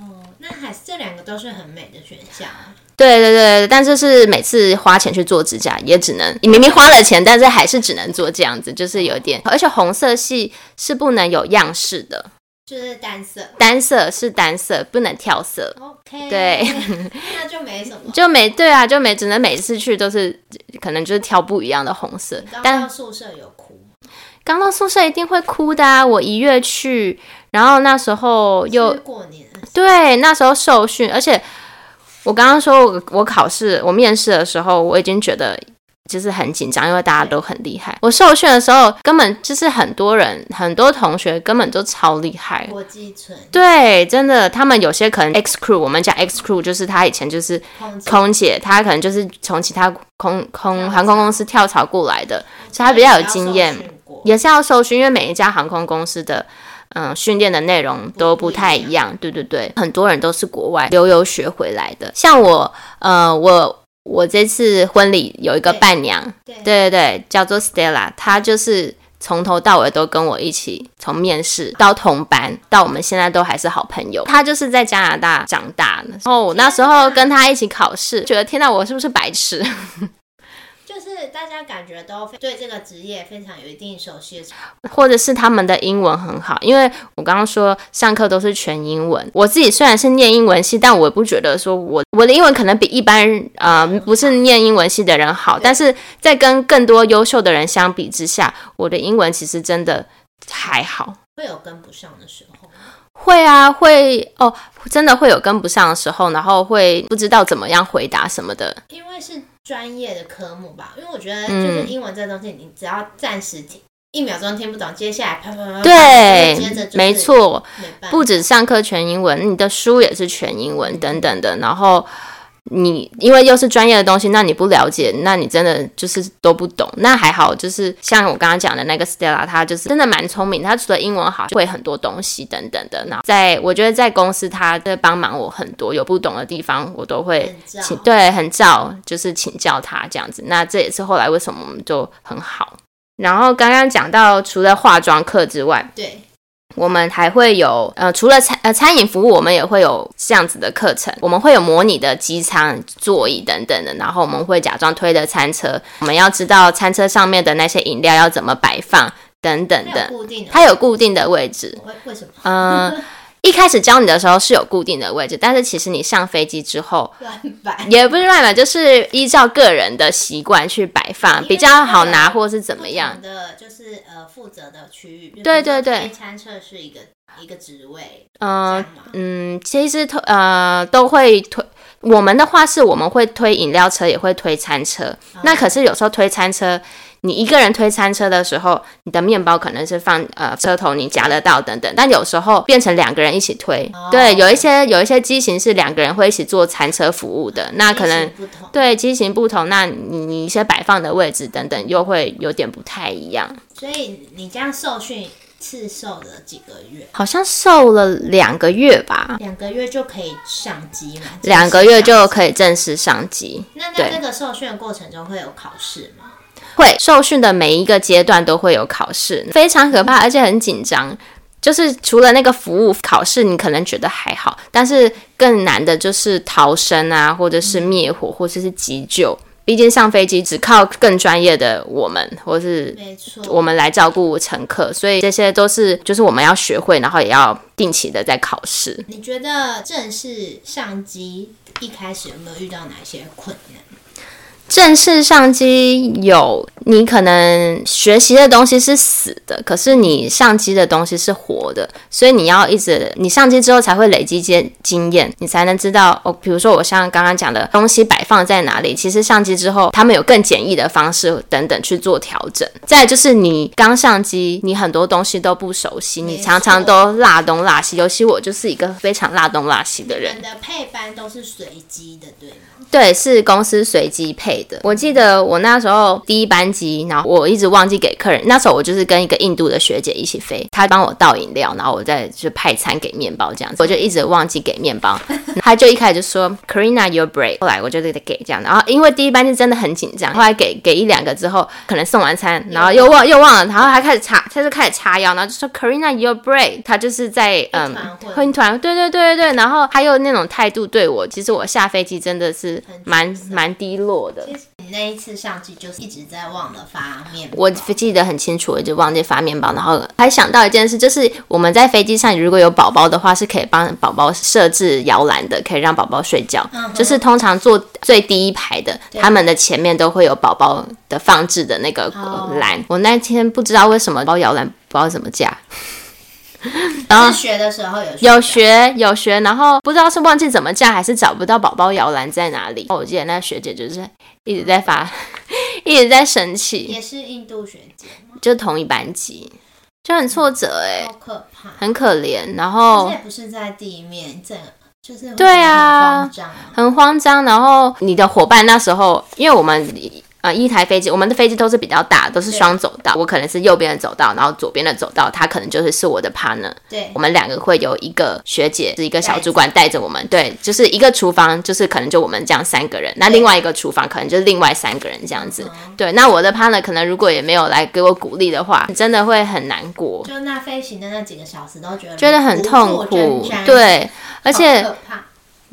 [SPEAKER 2] 哦，那还是这两个都是很美的选项啊，
[SPEAKER 1] 对对对，但就是每次花钱去做指甲，也只能你明明花了钱，但是还是只能做这样子，就是有点。而且红色系是不能有样式的，
[SPEAKER 2] 就是单色。
[SPEAKER 1] 单色是单色，不能跳色。
[SPEAKER 2] OK，
[SPEAKER 1] 对，
[SPEAKER 2] 那就没什 么。
[SPEAKER 1] 就每对啊，就每只能每次去都是可能就是挑不一样的红色
[SPEAKER 2] 你，刚
[SPEAKER 1] 但
[SPEAKER 2] 到宿舍有哭吗，
[SPEAKER 1] 刚到宿舍一定会哭的啊！我一月去，然后那时候又
[SPEAKER 2] 是过年的时候
[SPEAKER 1] 对，那时候受训，而且我刚刚说我我考试我面试的时候，我已经觉得就是很紧张，因为大家都很厉害。我受训的时候，根本就是很多人，很多同学根本都超厉害。
[SPEAKER 2] 国际村
[SPEAKER 1] 对，真的，他们有些可能 X crew，我们讲 X crew，就是他以前就是
[SPEAKER 2] 空姐
[SPEAKER 1] 空姐，他可能就是从其他空空航空公司跳槽过来的，所以他比较有经验。
[SPEAKER 2] 受训过
[SPEAKER 1] 也是要受训，因为每一家航空公司的嗯训练的内容都不太一样。对对对，很多人都是国外留游学回来的。像我，呃，我我这次婚礼有一个
[SPEAKER 2] 对
[SPEAKER 1] 伴娘，
[SPEAKER 2] 对
[SPEAKER 1] 对对对，叫做 Stella，她就是。从头到尾都跟我一起，从面试到同班，到我们现在都还是好朋友。她就是在加拿大长大的，然后我那时候跟她一起考试，觉得天哪，我是不是白痴？
[SPEAKER 2] 就是就是大家感觉都非对这个职业非常有一定熟悉的程度。
[SPEAKER 1] 或者是他们的英文很好，因为我刚刚说上课都是全英文。我自己虽然是念英文系，但我不觉得说我我的英文可能比一般人呃不是念英文系的人好，但是在跟更多优秀的人相比之下，我的英文其实真的还好。
[SPEAKER 2] 会有跟不上的时候吗。
[SPEAKER 1] 会啊，会哦，真的会有跟不上的时候，然后会不知道怎么样回答什么的。
[SPEAKER 2] 因为是专业的科目吧，因为我觉得
[SPEAKER 1] 嗯
[SPEAKER 2] 就是英文这东西，你只要暂时听、一秒钟听不懂，接下来啪啪啪啪，
[SPEAKER 1] 对
[SPEAKER 2] 接着就是
[SPEAKER 1] 没，错，
[SPEAKER 2] 没办法
[SPEAKER 1] 不止上课全英文，你的书也是全英
[SPEAKER 2] 嗯
[SPEAKER 1] 文等等的。然后你因为又是专业的东西，那你不了解，那你真的就是都不懂。那还好，就是像我刚刚讲的那个 Stella，她就是真的蛮聪明，她除了英文好，会很多东西等等的。然后在我觉得在公司，她在帮忙我很多，有不懂的地方我都会
[SPEAKER 2] 很照
[SPEAKER 1] 请对，很照，就是请教他这样子。那这也是后来为什么我们就很好。然后刚刚讲到，除了化妆课之外，
[SPEAKER 2] 对，
[SPEAKER 1] 我们还会有呃，除了餐呃餐饮服务，我们也会有这样子的课程。我们会有模拟的机舱、座椅等等的，然后我们会假装推的餐车，我们要知道餐车上面的那些饮料要怎么摆放等等
[SPEAKER 2] 它有
[SPEAKER 1] 的。
[SPEAKER 2] 固定的，
[SPEAKER 1] 它有固定的位置，
[SPEAKER 2] 为为什么？
[SPEAKER 1] 嗯、一开始教你的时候是有固定的位置，但是其实你上飞机之后
[SPEAKER 2] 乱摆，
[SPEAKER 1] 也不是乱摆，就是依照个人的习惯去摆放，比较好拿或是怎么样
[SPEAKER 2] 不。同的就是呃负责的区域，就比如
[SPEAKER 1] 对
[SPEAKER 2] 说
[SPEAKER 1] 对对
[SPEAKER 2] 飞餐车是一个一个职位，
[SPEAKER 1] 嗯、
[SPEAKER 2] 这样吗
[SPEAKER 1] 嗯，其实推呃都会推。我们的话是我们会推饮料车，也会推餐车。
[SPEAKER 2] 嗯
[SPEAKER 1] 那可是有时候推餐车，你一个人推餐车的时候，你的面包可能是放呃车头你夹得到等等，但有时候变成两个人一起推。
[SPEAKER 2] 哦
[SPEAKER 1] 对，有一些有一些机型是两个人会一起做餐车服务的，那可能
[SPEAKER 2] 类型不同，
[SPEAKER 1] 对机型不同，那你你一些摆放的位置等等又会有点不太一样。
[SPEAKER 2] 所以你这样受训次受了几个月？
[SPEAKER 1] 好像瘦了两个月吧，
[SPEAKER 2] 两个月就可以上机嘛？
[SPEAKER 1] 两个月就可以正式上机。
[SPEAKER 2] 那
[SPEAKER 1] 对
[SPEAKER 2] 在这个受训的过程中会有考试吗？
[SPEAKER 1] 会受训的每一个阶段都会有考试，非常可怕，而且很紧张。就是除了那个服务考试，你可能觉得还好，但是更难的就是逃生啊，或者是灭火，或者是急救。毕竟上飞机只靠更专业的我们，或是
[SPEAKER 2] 没错，
[SPEAKER 1] 我们来照顾乘客，所以这些都是就是我们要学会，然后也要定期的在考试。
[SPEAKER 2] 你觉得正式上机一开始有没有遇到哪些困难？
[SPEAKER 1] 正式上机有你可能学习的东西是死的，可是你上机的东西是活的，所以你要一直你上机之后才会累积经经验，你才能知道哦。比如说我像刚刚讲的东西摆放在哪里，其实上机之后他们有更简易的方式等等去做调整。再来就是你刚上机，你很多东西都不熟悉，
[SPEAKER 2] 没
[SPEAKER 1] 你
[SPEAKER 2] 错
[SPEAKER 1] 常常都落东落西，尤其我就是一个非常落东落西的人
[SPEAKER 2] 你。们的配班都是随机的，对吗？
[SPEAKER 1] 对，是公司随机配的。我记得我那时候第一班机，然后我一直忘记给客人。那时候我就是跟一个印度的学姐一起飞，她帮我倒饮料，然后我再就派餐给面包这样子。我就一直忘记给面 包，她就一开始就说 “Karina your break”，后来我就给她给这样。然后因为第一班是真的很紧张，后来给给一两个之后，可能送完餐，然后又忘又忘了，然后她开始叉，她就开始叉腰，然后就说 “Karina your break”，她就是在嗯
[SPEAKER 2] 团会
[SPEAKER 1] 婚团，对对对对对，然后她又那种态度对我，其实我下飞机真的是
[SPEAKER 2] 很沮
[SPEAKER 1] 蛮
[SPEAKER 2] 丧
[SPEAKER 1] 蛮低落的。
[SPEAKER 2] 其实你那一次上机就是一直在忘了发面包，
[SPEAKER 1] 我记得很清楚，我就忘记发面包，然后还想到一件事，就是我们在飞机上如果有宝宝的话，是可以帮宝宝设置摇篮的，可以让宝宝睡觉。
[SPEAKER 2] 嗯哼
[SPEAKER 1] 就是通常坐最第一排的，
[SPEAKER 2] 对
[SPEAKER 1] 他们的前面都会有宝宝的放置的那个
[SPEAKER 2] 哦
[SPEAKER 1] 呃篮。我那天不知道为什么包摇篮不知道怎么架， 然后
[SPEAKER 2] 自学的时候有
[SPEAKER 1] 有学有学，然后不知道是忘记怎么架，还是找不到宝宝摇篮在哪里。哦我记得那学姐就是一直在发， 一直在生气，
[SPEAKER 2] 也是印度学姐吗？
[SPEAKER 1] 就同一班级，就很挫折哎、
[SPEAKER 2] 好可怕！
[SPEAKER 1] 很可怜，然
[SPEAKER 2] 而
[SPEAKER 1] 后
[SPEAKER 2] 且不是在地面，这就是会
[SPEAKER 1] 哦对啊
[SPEAKER 2] 很慌张啊。
[SPEAKER 1] 很慌张，然后你的伙伴那时候，因为我们。呃，一台飞机，我们的飞机都是比较大，都是
[SPEAKER 2] 对
[SPEAKER 1] 双走道。我可能是右边的走道，然后左边的走道，他可能就是是我的 partner。
[SPEAKER 2] 对
[SPEAKER 1] 我，们两个会有一个学姐是一个小主管带着我们，对，就是一个厨房，就是可能就我们这样三个人，那
[SPEAKER 2] 对
[SPEAKER 1] 另外一个厨房可能就是另外三个人这样子。
[SPEAKER 2] 嗯
[SPEAKER 1] 对，那我的 partner 可能如果也没有来给我鼓励的话，真的会很难过，
[SPEAKER 2] 就那飞行的那几个小时都觉得
[SPEAKER 1] 觉得很痛
[SPEAKER 2] 无助
[SPEAKER 1] 苦
[SPEAKER 2] 挣扎。
[SPEAKER 1] 对，而
[SPEAKER 2] 好
[SPEAKER 1] 且
[SPEAKER 2] 可怕。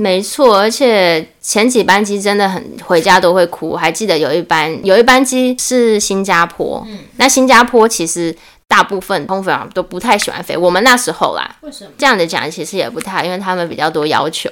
[SPEAKER 1] 没错，而且前几班机真的很回家都会哭。我还记得有一班有一班机是新加坡，
[SPEAKER 2] 嗯
[SPEAKER 1] 那新加坡其实大部分空服员都不太喜欢飞。我们那时候啦，
[SPEAKER 2] 为什么？
[SPEAKER 1] 这样的讲其实也不太，因为他们比较多要求，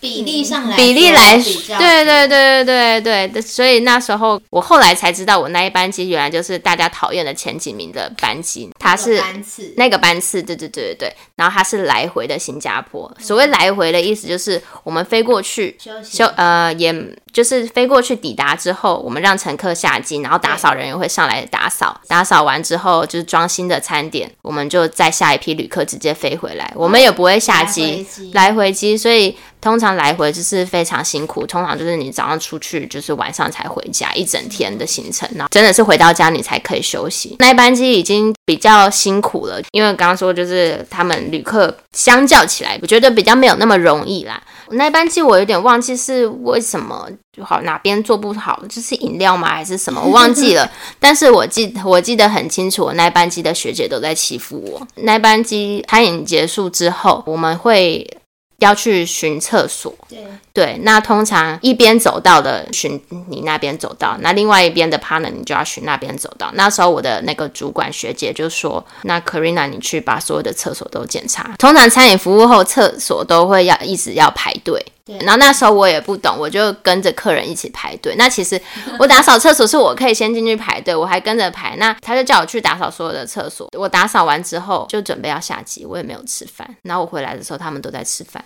[SPEAKER 2] 比例上来说
[SPEAKER 1] 比例来，
[SPEAKER 2] 哎比较
[SPEAKER 1] 对对对对对对，所以那时候我后来才知道，我那一班机原来就是大家讨厌的前几名的班机，它
[SPEAKER 2] 那
[SPEAKER 1] 是
[SPEAKER 2] 个班次
[SPEAKER 1] 那个班次，对对对对对，然后它是来回的新加坡。所谓来回的意思就是我们飞过去，
[SPEAKER 2] 休息
[SPEAKER 1] 就呃，也就是飞过去抵达之后，我们让乘客下机，然后打扫人员会上来打扫，打扫完之后就是装新的餐点，我们就再下一批旅客直接飞回来，我们也不会下
[SPEAKER 2] 来
[SPEAKER 1] 机
[SPEAKER 2] 回机
[SPEAKER 1] 来回机，所以通常来回就是非常辛苦，通常就是你早上出去，就是晚上才回家，一整天的行程，然后真的是回到家你才可以休息。那一班机已经比较辛苦了，因为刚刚说就是他们旅客相较起来，我觉得比较没有那么容易啦。那一班机我有点忘记是为什么，好哪边做不好，就是饮料吗还是什么，我忘记了。但是我记我记得很清楚，我那一班机的学姐都在欺负我。那一班机餐饮结束之后，我们会要去巡厕所。
[SPEAKER 2] 对
[SPEAKER 1] 对，那通常一边走道的巡你那边走道，那另外一边的 partner 你就要巡那边走道。那时候我的那个主管学姐就说：“那 Karina，你去把所有的厕所都检查。通常餐饮服务后，厕所都会要一直要排队。”
[SPEAKER 2] 对
[SPEAKER 1] 然后那时候我也不懂，我就跟着客人一起排队。那其实我打扫厕所是我可以先进去排队，我还跟着排。那他就叫我去打扫所有的厕所。我打扫完之后就准备要下机，我也没有吃饭。然后我回来的时候，他们都在吃饭。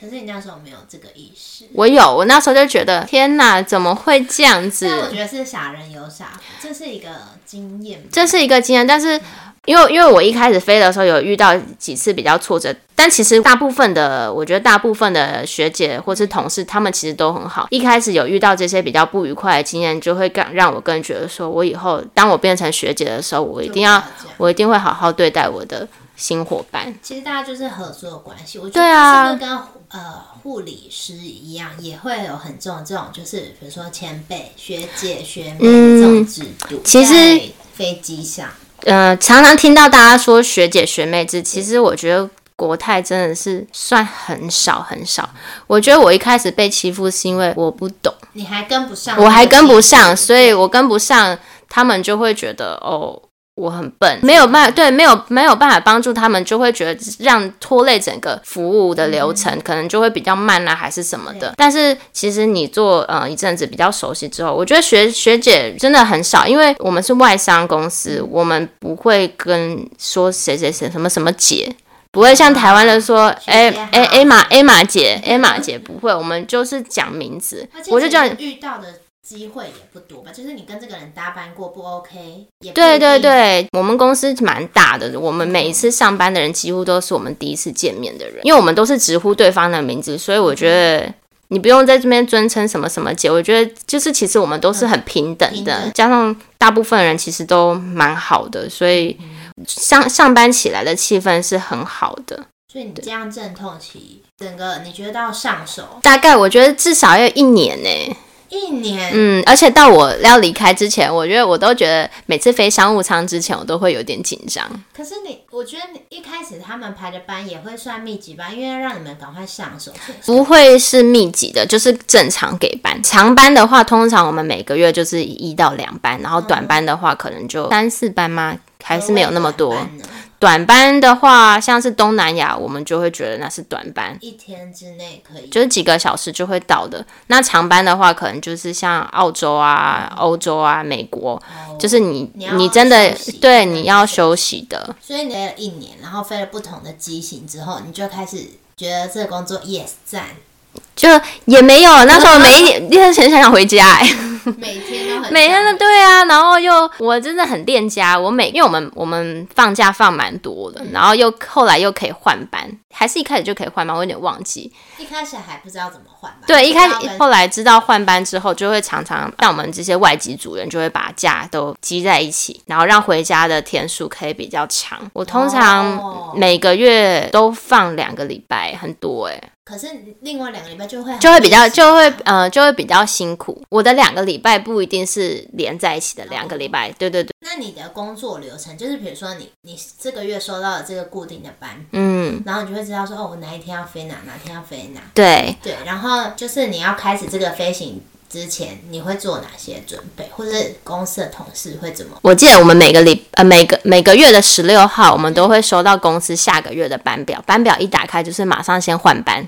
[SPEAKER 2] 可是你那时候没有这个意识。
[SPEAKER 1] 我有，我那时候就觉得天哪，怎么会这样子？
[SPEAKER 2] 但我觉得是傻人有傻福，这是一个经验吧。
[SPEAKER 1] 这是一个经验，但是因为因为我一开始飞的时候有遇到几次比较挫折，但其实大部分的，我觉得大部分的学姐或是同事，他们其实都很好。一开始有遇到这些比较不愉快的经验，就会更让我更觉得说，我以后当我变成学姐的时候，我一定要
[SPEAKER 2] 就，不这样
[SPEAKER 1] 我一定会好好对待我的新伙伴。
[SPEAKER 2] 其实大家就是合作的关系，我觉
[SPEAKER 1] 对
[SPEAKER 2] 得
[SPEAKER 1] 啊
[SPEAKER 2] 是不是跟呃护理师一样，也会有很重的这种，就是比如说前辈、学姐、学妹
[SPEAKER 1] 嗯
[SPEAKER 2] 这种制度。
[SPEAKER 1] 其实
[SPEAKER 2] 在飞机上，
[SPEAKER 1] 呃，常常听到大家说学姐学妹制，其实我觉得国泰真的是算很少很少。我觉得我一开始被欺负是因为我不懂，
[SPEAKER 2] 你还跟不上，
[SPEAKER 1] 我还跟不上，所以我跟不上，他们就会觉得哦。我很笨，没有办对，没有没有办法帮助他们，就会觉得让拖累整个服务的流程，可能就会比较慢啊，还是什么的。但是其实你做呃一阵子比较熟悉之后，我觉得学学姐真的很少，因为我们是外商公司，我们不会跟说谁谁谁什么什么姐，不会像台湾的说哎
[SPEAKER 2] 学姐好
[SPEAKER 1] 哎 A 马 A 马姐 A 马姐不会，我们就是讲名字
[SPEAKER 2] 而，且
[SPEAKER 1] 我就
[SPEAKER 2] 其实
[SPEAKER 1] 叫你
[SPEAKER 2] 遇到的机会也不多吧，就是你跟这个人搭班过不 OK，也不
[SPEAKER 1] 对对
[SPEAKER 2] 一定
[SPEAKER 1] 对，我们公司蛮大的，我们每一次上班的人几乎都是我们第一次见面的人，因为我们都是直呼对方的名字，所以我觉得。你不用在这边尊称什么什么姐，我觉得就是其实我们都是很平等
[SPEAKER 2] 平
[SPEAKER 1] 的，
[SPEAKER 2] 等
[SPEAKER 1] 加上大部分人其实都蛮好的，所以上上班起来的气氛是很好的。
[SPEAKER 2] 所以你这样阵痛期，整个你觉得到上手
[SPEAKER 1] 大概我觉得至少要一年呢、
[SPEAKER 2] 一年，
[SPEAKER 1] 嗯，而且到我要离开之前，我觉得我都觉得每次飞商务舱之前，我都会有点紧张。
[SPEAKER 2] 可是你，我觉得你一开始他们排的班也会算密集班，因为要让你们赶快上手。
[SPEAKER 1] 不会是密集的，就是正常给班。长班的话，通常我们每个月就是一到两班，然后短班的话，可能就三四班吗？还是没有那么多
[SPEAKER 2] 何。谓短嗯
[SPEAKER 1] 短班
[SPEAKER 2] 班呢
[SPEAKER 1] 的话，像是东南亚，我们就会觉得那是短班，
[SPEAKER 2] 一天之内可以。
[SPEAKER 1] 就是几个小时就会到的。那长班的话，可能就是像澳洲啊、欧洲啊、美国，
[SPEAKER 2] 哦
[SPEAKER 1] 就是你
[SPEAKER 2] 你要
[SPEAKER 1] 真的
[SPEAKER 2] 休息
[SPEAKER 1] 对你要休息的。
[SPEAKER 2] 所以你飞了一年，然后飞了不同的机型之后，你就开始觉得这个工作 yes 赞，
[SPEAKER 1] 就也没有，那时候每一 天很想回家、哎。
[SPEAKER 2] 每天都很
[SPEAKER 1] 每天的对啊，然后又我真的很恋家，我每因为我们我们放假放蛮多的，然后又后来又可以换班，还是一开始就可以换班，我有点忘记。
[SPEAKER 2] 一开始还不知道怎么换吧？
[SPEAKER 1] 对，一开始
[SPEAKER 2] 不知道跟
[SPEAKER 1] 后来知道换班之后，就会常常像我们这些外籍组员就会把假都积在一起，然后让回家的天数可以比较长。我通常嗯
[SPEAKER 2] 哦
[SPEAKER 1] 每个月都放两个礼拜，很多哎、
[SPEAKER 2] 可是另外两个礼拜就会很
[SPEAKER 1] 就会比较
[SPEAKER 2] 密集
[SPEAKER 1] 就会呃就会比较辛苦。我的两个礼拜不一定是连在一起的两个礼拜，对对对，
[SPEAKER 2] 那你的工作流程就是，比如说你你这个月收到了这个固定的班，
[SPEAKER 1] 嗯，
[SPEAKER 2] 然后你就会知道说，哦，我哪一天要飞哪，哪天要飞哪。
[SPEAKER 1] 对。
[SPEAKER 2] 对，然后就是你要开始这个飞行之前，你会做哪些准备，或者是公司的同事会怎么？
[SPEAKER 1] 我记得我们每个礼呃每个每个月的十六号，我们都会收到公司下个月的班表。班表一打开，就是马上先换 班，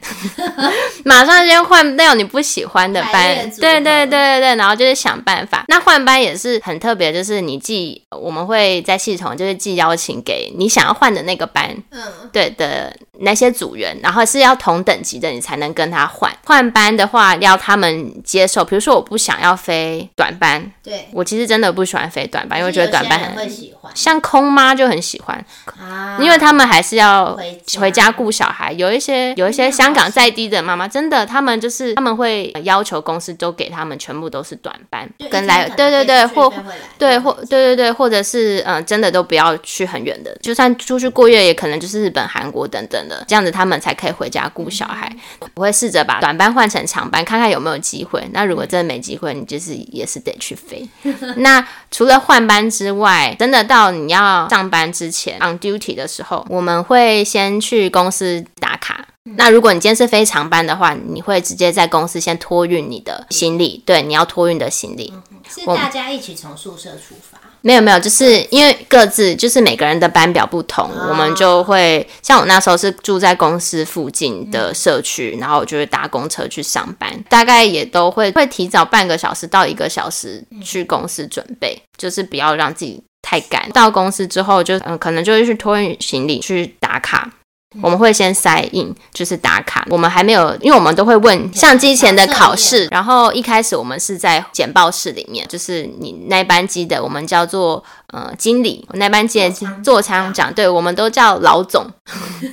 [SPEAKER 1] 马上先换掉你不喜欢的
[SPEAKER 2] 排
[SPEAKER 1] 班
[SPEAKER 2] 列。组合
[SPEAKER 1] 对对对对对，然后就是想办法。那换班也是很特别，就是你寄我们会在系统就是寄邀请给你想要换的那个班，
[SPEAKER 2] 嗯，
[SPEAKER 1] 对的那些组员，然后是要同等级的，你才能跟他换。换班的话，要他们接受。比如说，我不想要飞短班，
[SPEAKER 2] 对，
[SPEAKER 1] 我其实真的不喜欢飞短班，因为我觉得短班
[SPEAKER 2] 有些人会
[SPEAKER 1] 很
[SPEAKER 2] 喜欢
[SPEAKER 1] 像空妈就很喜欢，
[SPEAKER 2] 啊，
[SPEAKER 1] 因为他们还是要
[SPEAKER 2] 回家
[SPEAKER 1] 回家顾小孩。有一些有一些香港在地的妈妈，真的他们就是他们会要求公司都给他们全部都是短班
[SPEAKER 2] 就一，
[SPEAKER 1] 跟
[SPEAKER 2] 天
[SPEAKER 1] 来
[SPEAKER 2] 可能
[SPEAKER 1] 对对
[SPEAKER 2] 飞
[SPEAKER 1] 对
[SPEAKER 2] 出去
[SPEAKER 1] 或
[SPEAKER 2] 飞回来嗯
[SPEAKER 1] 对，或对对对，或者是嗯、呃真的都不要去很远的，就算出去过夜，也可能就是日本、韩国等等的，这样子他们才可以回家顾小孩。我会试着把短班换成长班，看看有没有机会。那如果真的没机会，你就是也是得去飞。 那除了换班之外，真的到你要上班之前 on duty 的时候，我们会先去公司打卡。那如果你今天是飞长班的话，你会直接在公司先托运你的行李，对，你要托运的行李。
[SPEAKER 2] 是
[SPEAKER 1] 我
[SPEAKER 2] 大家一起从宿舍出发，
[SPEAKER 1] 没有没有，就是因为各自就是每个人的班表不同，我们就会像我那时候是住在公司附近的社区，然后我就会搭公车去上班，大概也都会会提早半个小时到一个小时去公司准备，就是不要让自己太赶。到公司之后就嗯，可能就会去托运行李去打卡。我们会先塞印，就是打卡。我们还没有，因为我们都会问像之前的考试，然后一开始我们是在简报室里面，就是你那班机的，我们叫做呃经理，我那班机的
[SPEAKER 2] 座舱长
[SPEAKER 1] 座舱长，对我们都叫老总。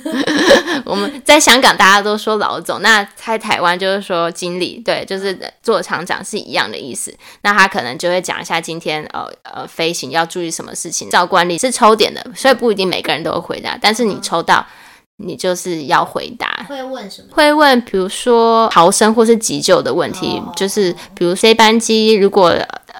[SPEAKER 1] 我们在香港大家都说老总，那在台湾就是说经理，对，就是座舱长是一样的意思。那他可能就会讲一下今天呃呃飞行要注意什么事情。照惯例是抽点的，所以不一定每个人都会回答，但是你抽到，你就是要回答。
[SPEAKER 2] 会问什么？
[SPEAKER 1] 会问，比如说逃生或是急救的问题
[SPEAKER 2] 哦
[SPEAKER 1] 就是比如飞班机如果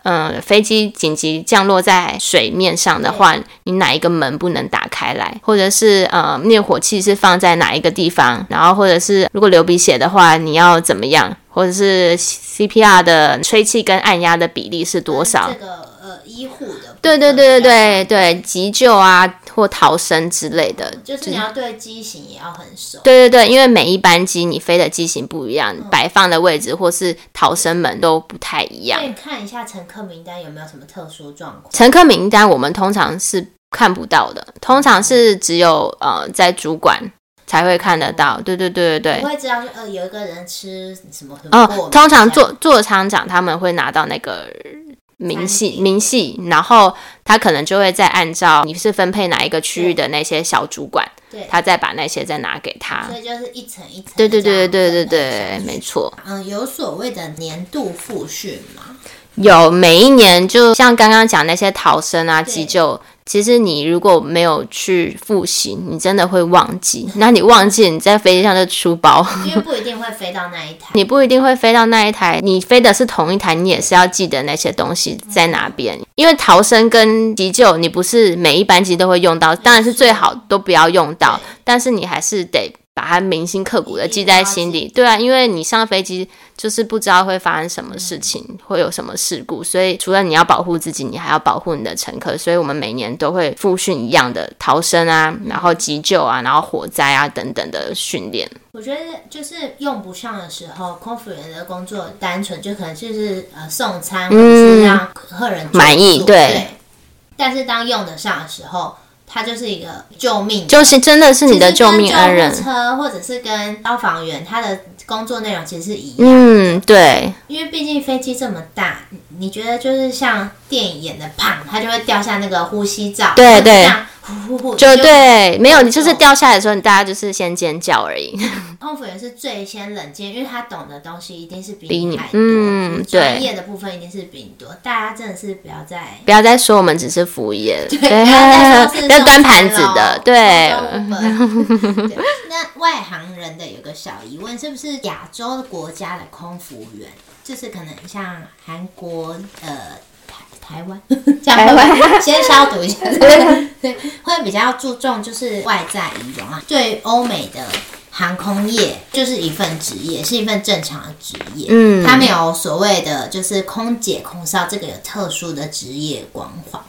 [SPEAKER 1] 呃飞机紧急降落在水面上的话，你哪一个门不能打开来，或者是呃灭火器是放在哪一个地方，然后或者是如果流鼻血的话，你要怎么样，或者是 CPR 的吹气跟按压的比例是多少？
[SPEAKER 2] 这个呃医护的部分比较少，
[SPEAKER 1] 对对对对对对，急救啊或逃生之类的，
[SPEAKER 2] 就是你要对机型也要很熟。
[SPEAKER 1] 对对对，因为每一班机你飞的机型不一
[SPEAKER 2] 嗯
[SPEAKER 1] 样，摆放的位置或是逃生门都不太一样
[SPEAKER 2] 可。以看一下乘客名单有没有什么特殊状况。
[SPEAKER 1] 乘客名单我们通常是看不到的，通常是只有呃在主管才会看得到。对对对对
[SPEAKER 2] 我
[SPEAKER 1] 对。
[SPEAKER 2] 会知道说，呃，有一个人吃什么什么过
[SPEAKER 1] 哦
[SPEAKER 2] 敏，
[SPEAKER 1] 通常
[SPEAKER 2] 这样
[SPEAKER 1] 座座舱长他们会拿到那个明
[SPEAKER 2] 餐
[SPEAKER 1] 细
[SPEAKER 2] 具
[SPEAKER 1] 明细，然后他可能就会再按照你是分配哪一个区域的那些小主管，
[SPEAKER 2] 对，
[SPEAKER 1] 他再把那些再拿给他
[SPEAKER 2] 所。以就是一层一层。
[SPEAKER 1] 啊对对对对对对对，没。错。
[SPEAKER 2] 嗯，有所谓的年度复训 嘛？
[SPEAKER 1] 有每一年，就像刚刚讲那些逃生啊、
[SPEAKER 2] 对
[SPEAKER 1] 急救，其实你如果没有去复习，你真的会忘记。那你忘记，你在飞机上就出包，
[SPEAKER 2] 因为不一定会飞到那一台。
[SPEAKER 1] 你不一定会飞到那一台。你飞的是同一台，你也是要记得那些东西在哪边。因为逃生跟急救，你不是每一班机都会用到，当然是最好都不要用到，但是你还是得。把它铭心刻骨的记在心里，对啊，因为你上飞机就是不知道会发生什么事情，会有什么事故，所以除了你要保护自己，你还要保护你的乘客。所以我们每年都会复训一样的逃生啊，然后急救啊，然后火灾啊等等的训练。
[SPEAKER 2] 我觉得就是用不上的时候，空服员的工作单纯就可能就是呃送餐，或者是让客人住
[SPEAKER 1] 满意
[SPEAKER 2] 宿
[SPEAKER 1] 对
[SPEAKER 2] 对。但是当用得上的时候，它就是一个救命
[SPEAKER 1] 就是真的是你的救命恩
[SPEAKER 2] 其实
[SPEAKER 1] 人。
[SPEAKER 2] 跟救护车或者是跟消防员，他的工作内容其实是一样，
[SPEAKER 1] 嗯，对，
[SPEAKER 2] 因为毕竟飞机这么大，你你觉得就是像电影演的，砰，它就会掉下那个呼吸罩，
[SPEAKER 1] 对
[SPEAKER 2] 或者
[SPEAKER 1] 对
[SPEAKER 2] 像
[SPEAKER 1] 就对，没有，你就是掉下来的时候，你大家就是先尖叫而已。
[SPEAKER 2] 空服员是最先冷静，因为他懂的东西一定是比
[SPEAKER 1] 比
[SPEAKER 2] 你
[SPEAKER 1] 你
[SPEAKER 2] 还，多。
[SPEAKER 1] 嗯，
[SPEAKER 2] 专
[SPEAKER 1] 对，
[SPEAKER 2] 业的部分一定是比你多，大家真的是不要再
[SPEAKER 1] 不要再说我们只是服务业 了，对，
[SPEAKER 2] 不要再说是
[SPEAKER 1] 不要端盘子的
[SPEAKER 2] 中餐，
[SPEAKER 1] 对，
[SPEAKER 2] 喽中文 对那外行人的有个小疑问，是不是亚洲国家的空服员，就是可能像韩国、呃台台湾，这样会不会
[SPEAKER 1] 台
[SPEAKER 2] 先消毒 一下，对，会比较注重就是外在仪容啊。对欧美的航空业就是一份职业，是一份正常的职业，
[SPEAKER 1] 嗯
[SPEAKER 2] 它没有所谓的就是空姐、空少这个有特殊的职业光环，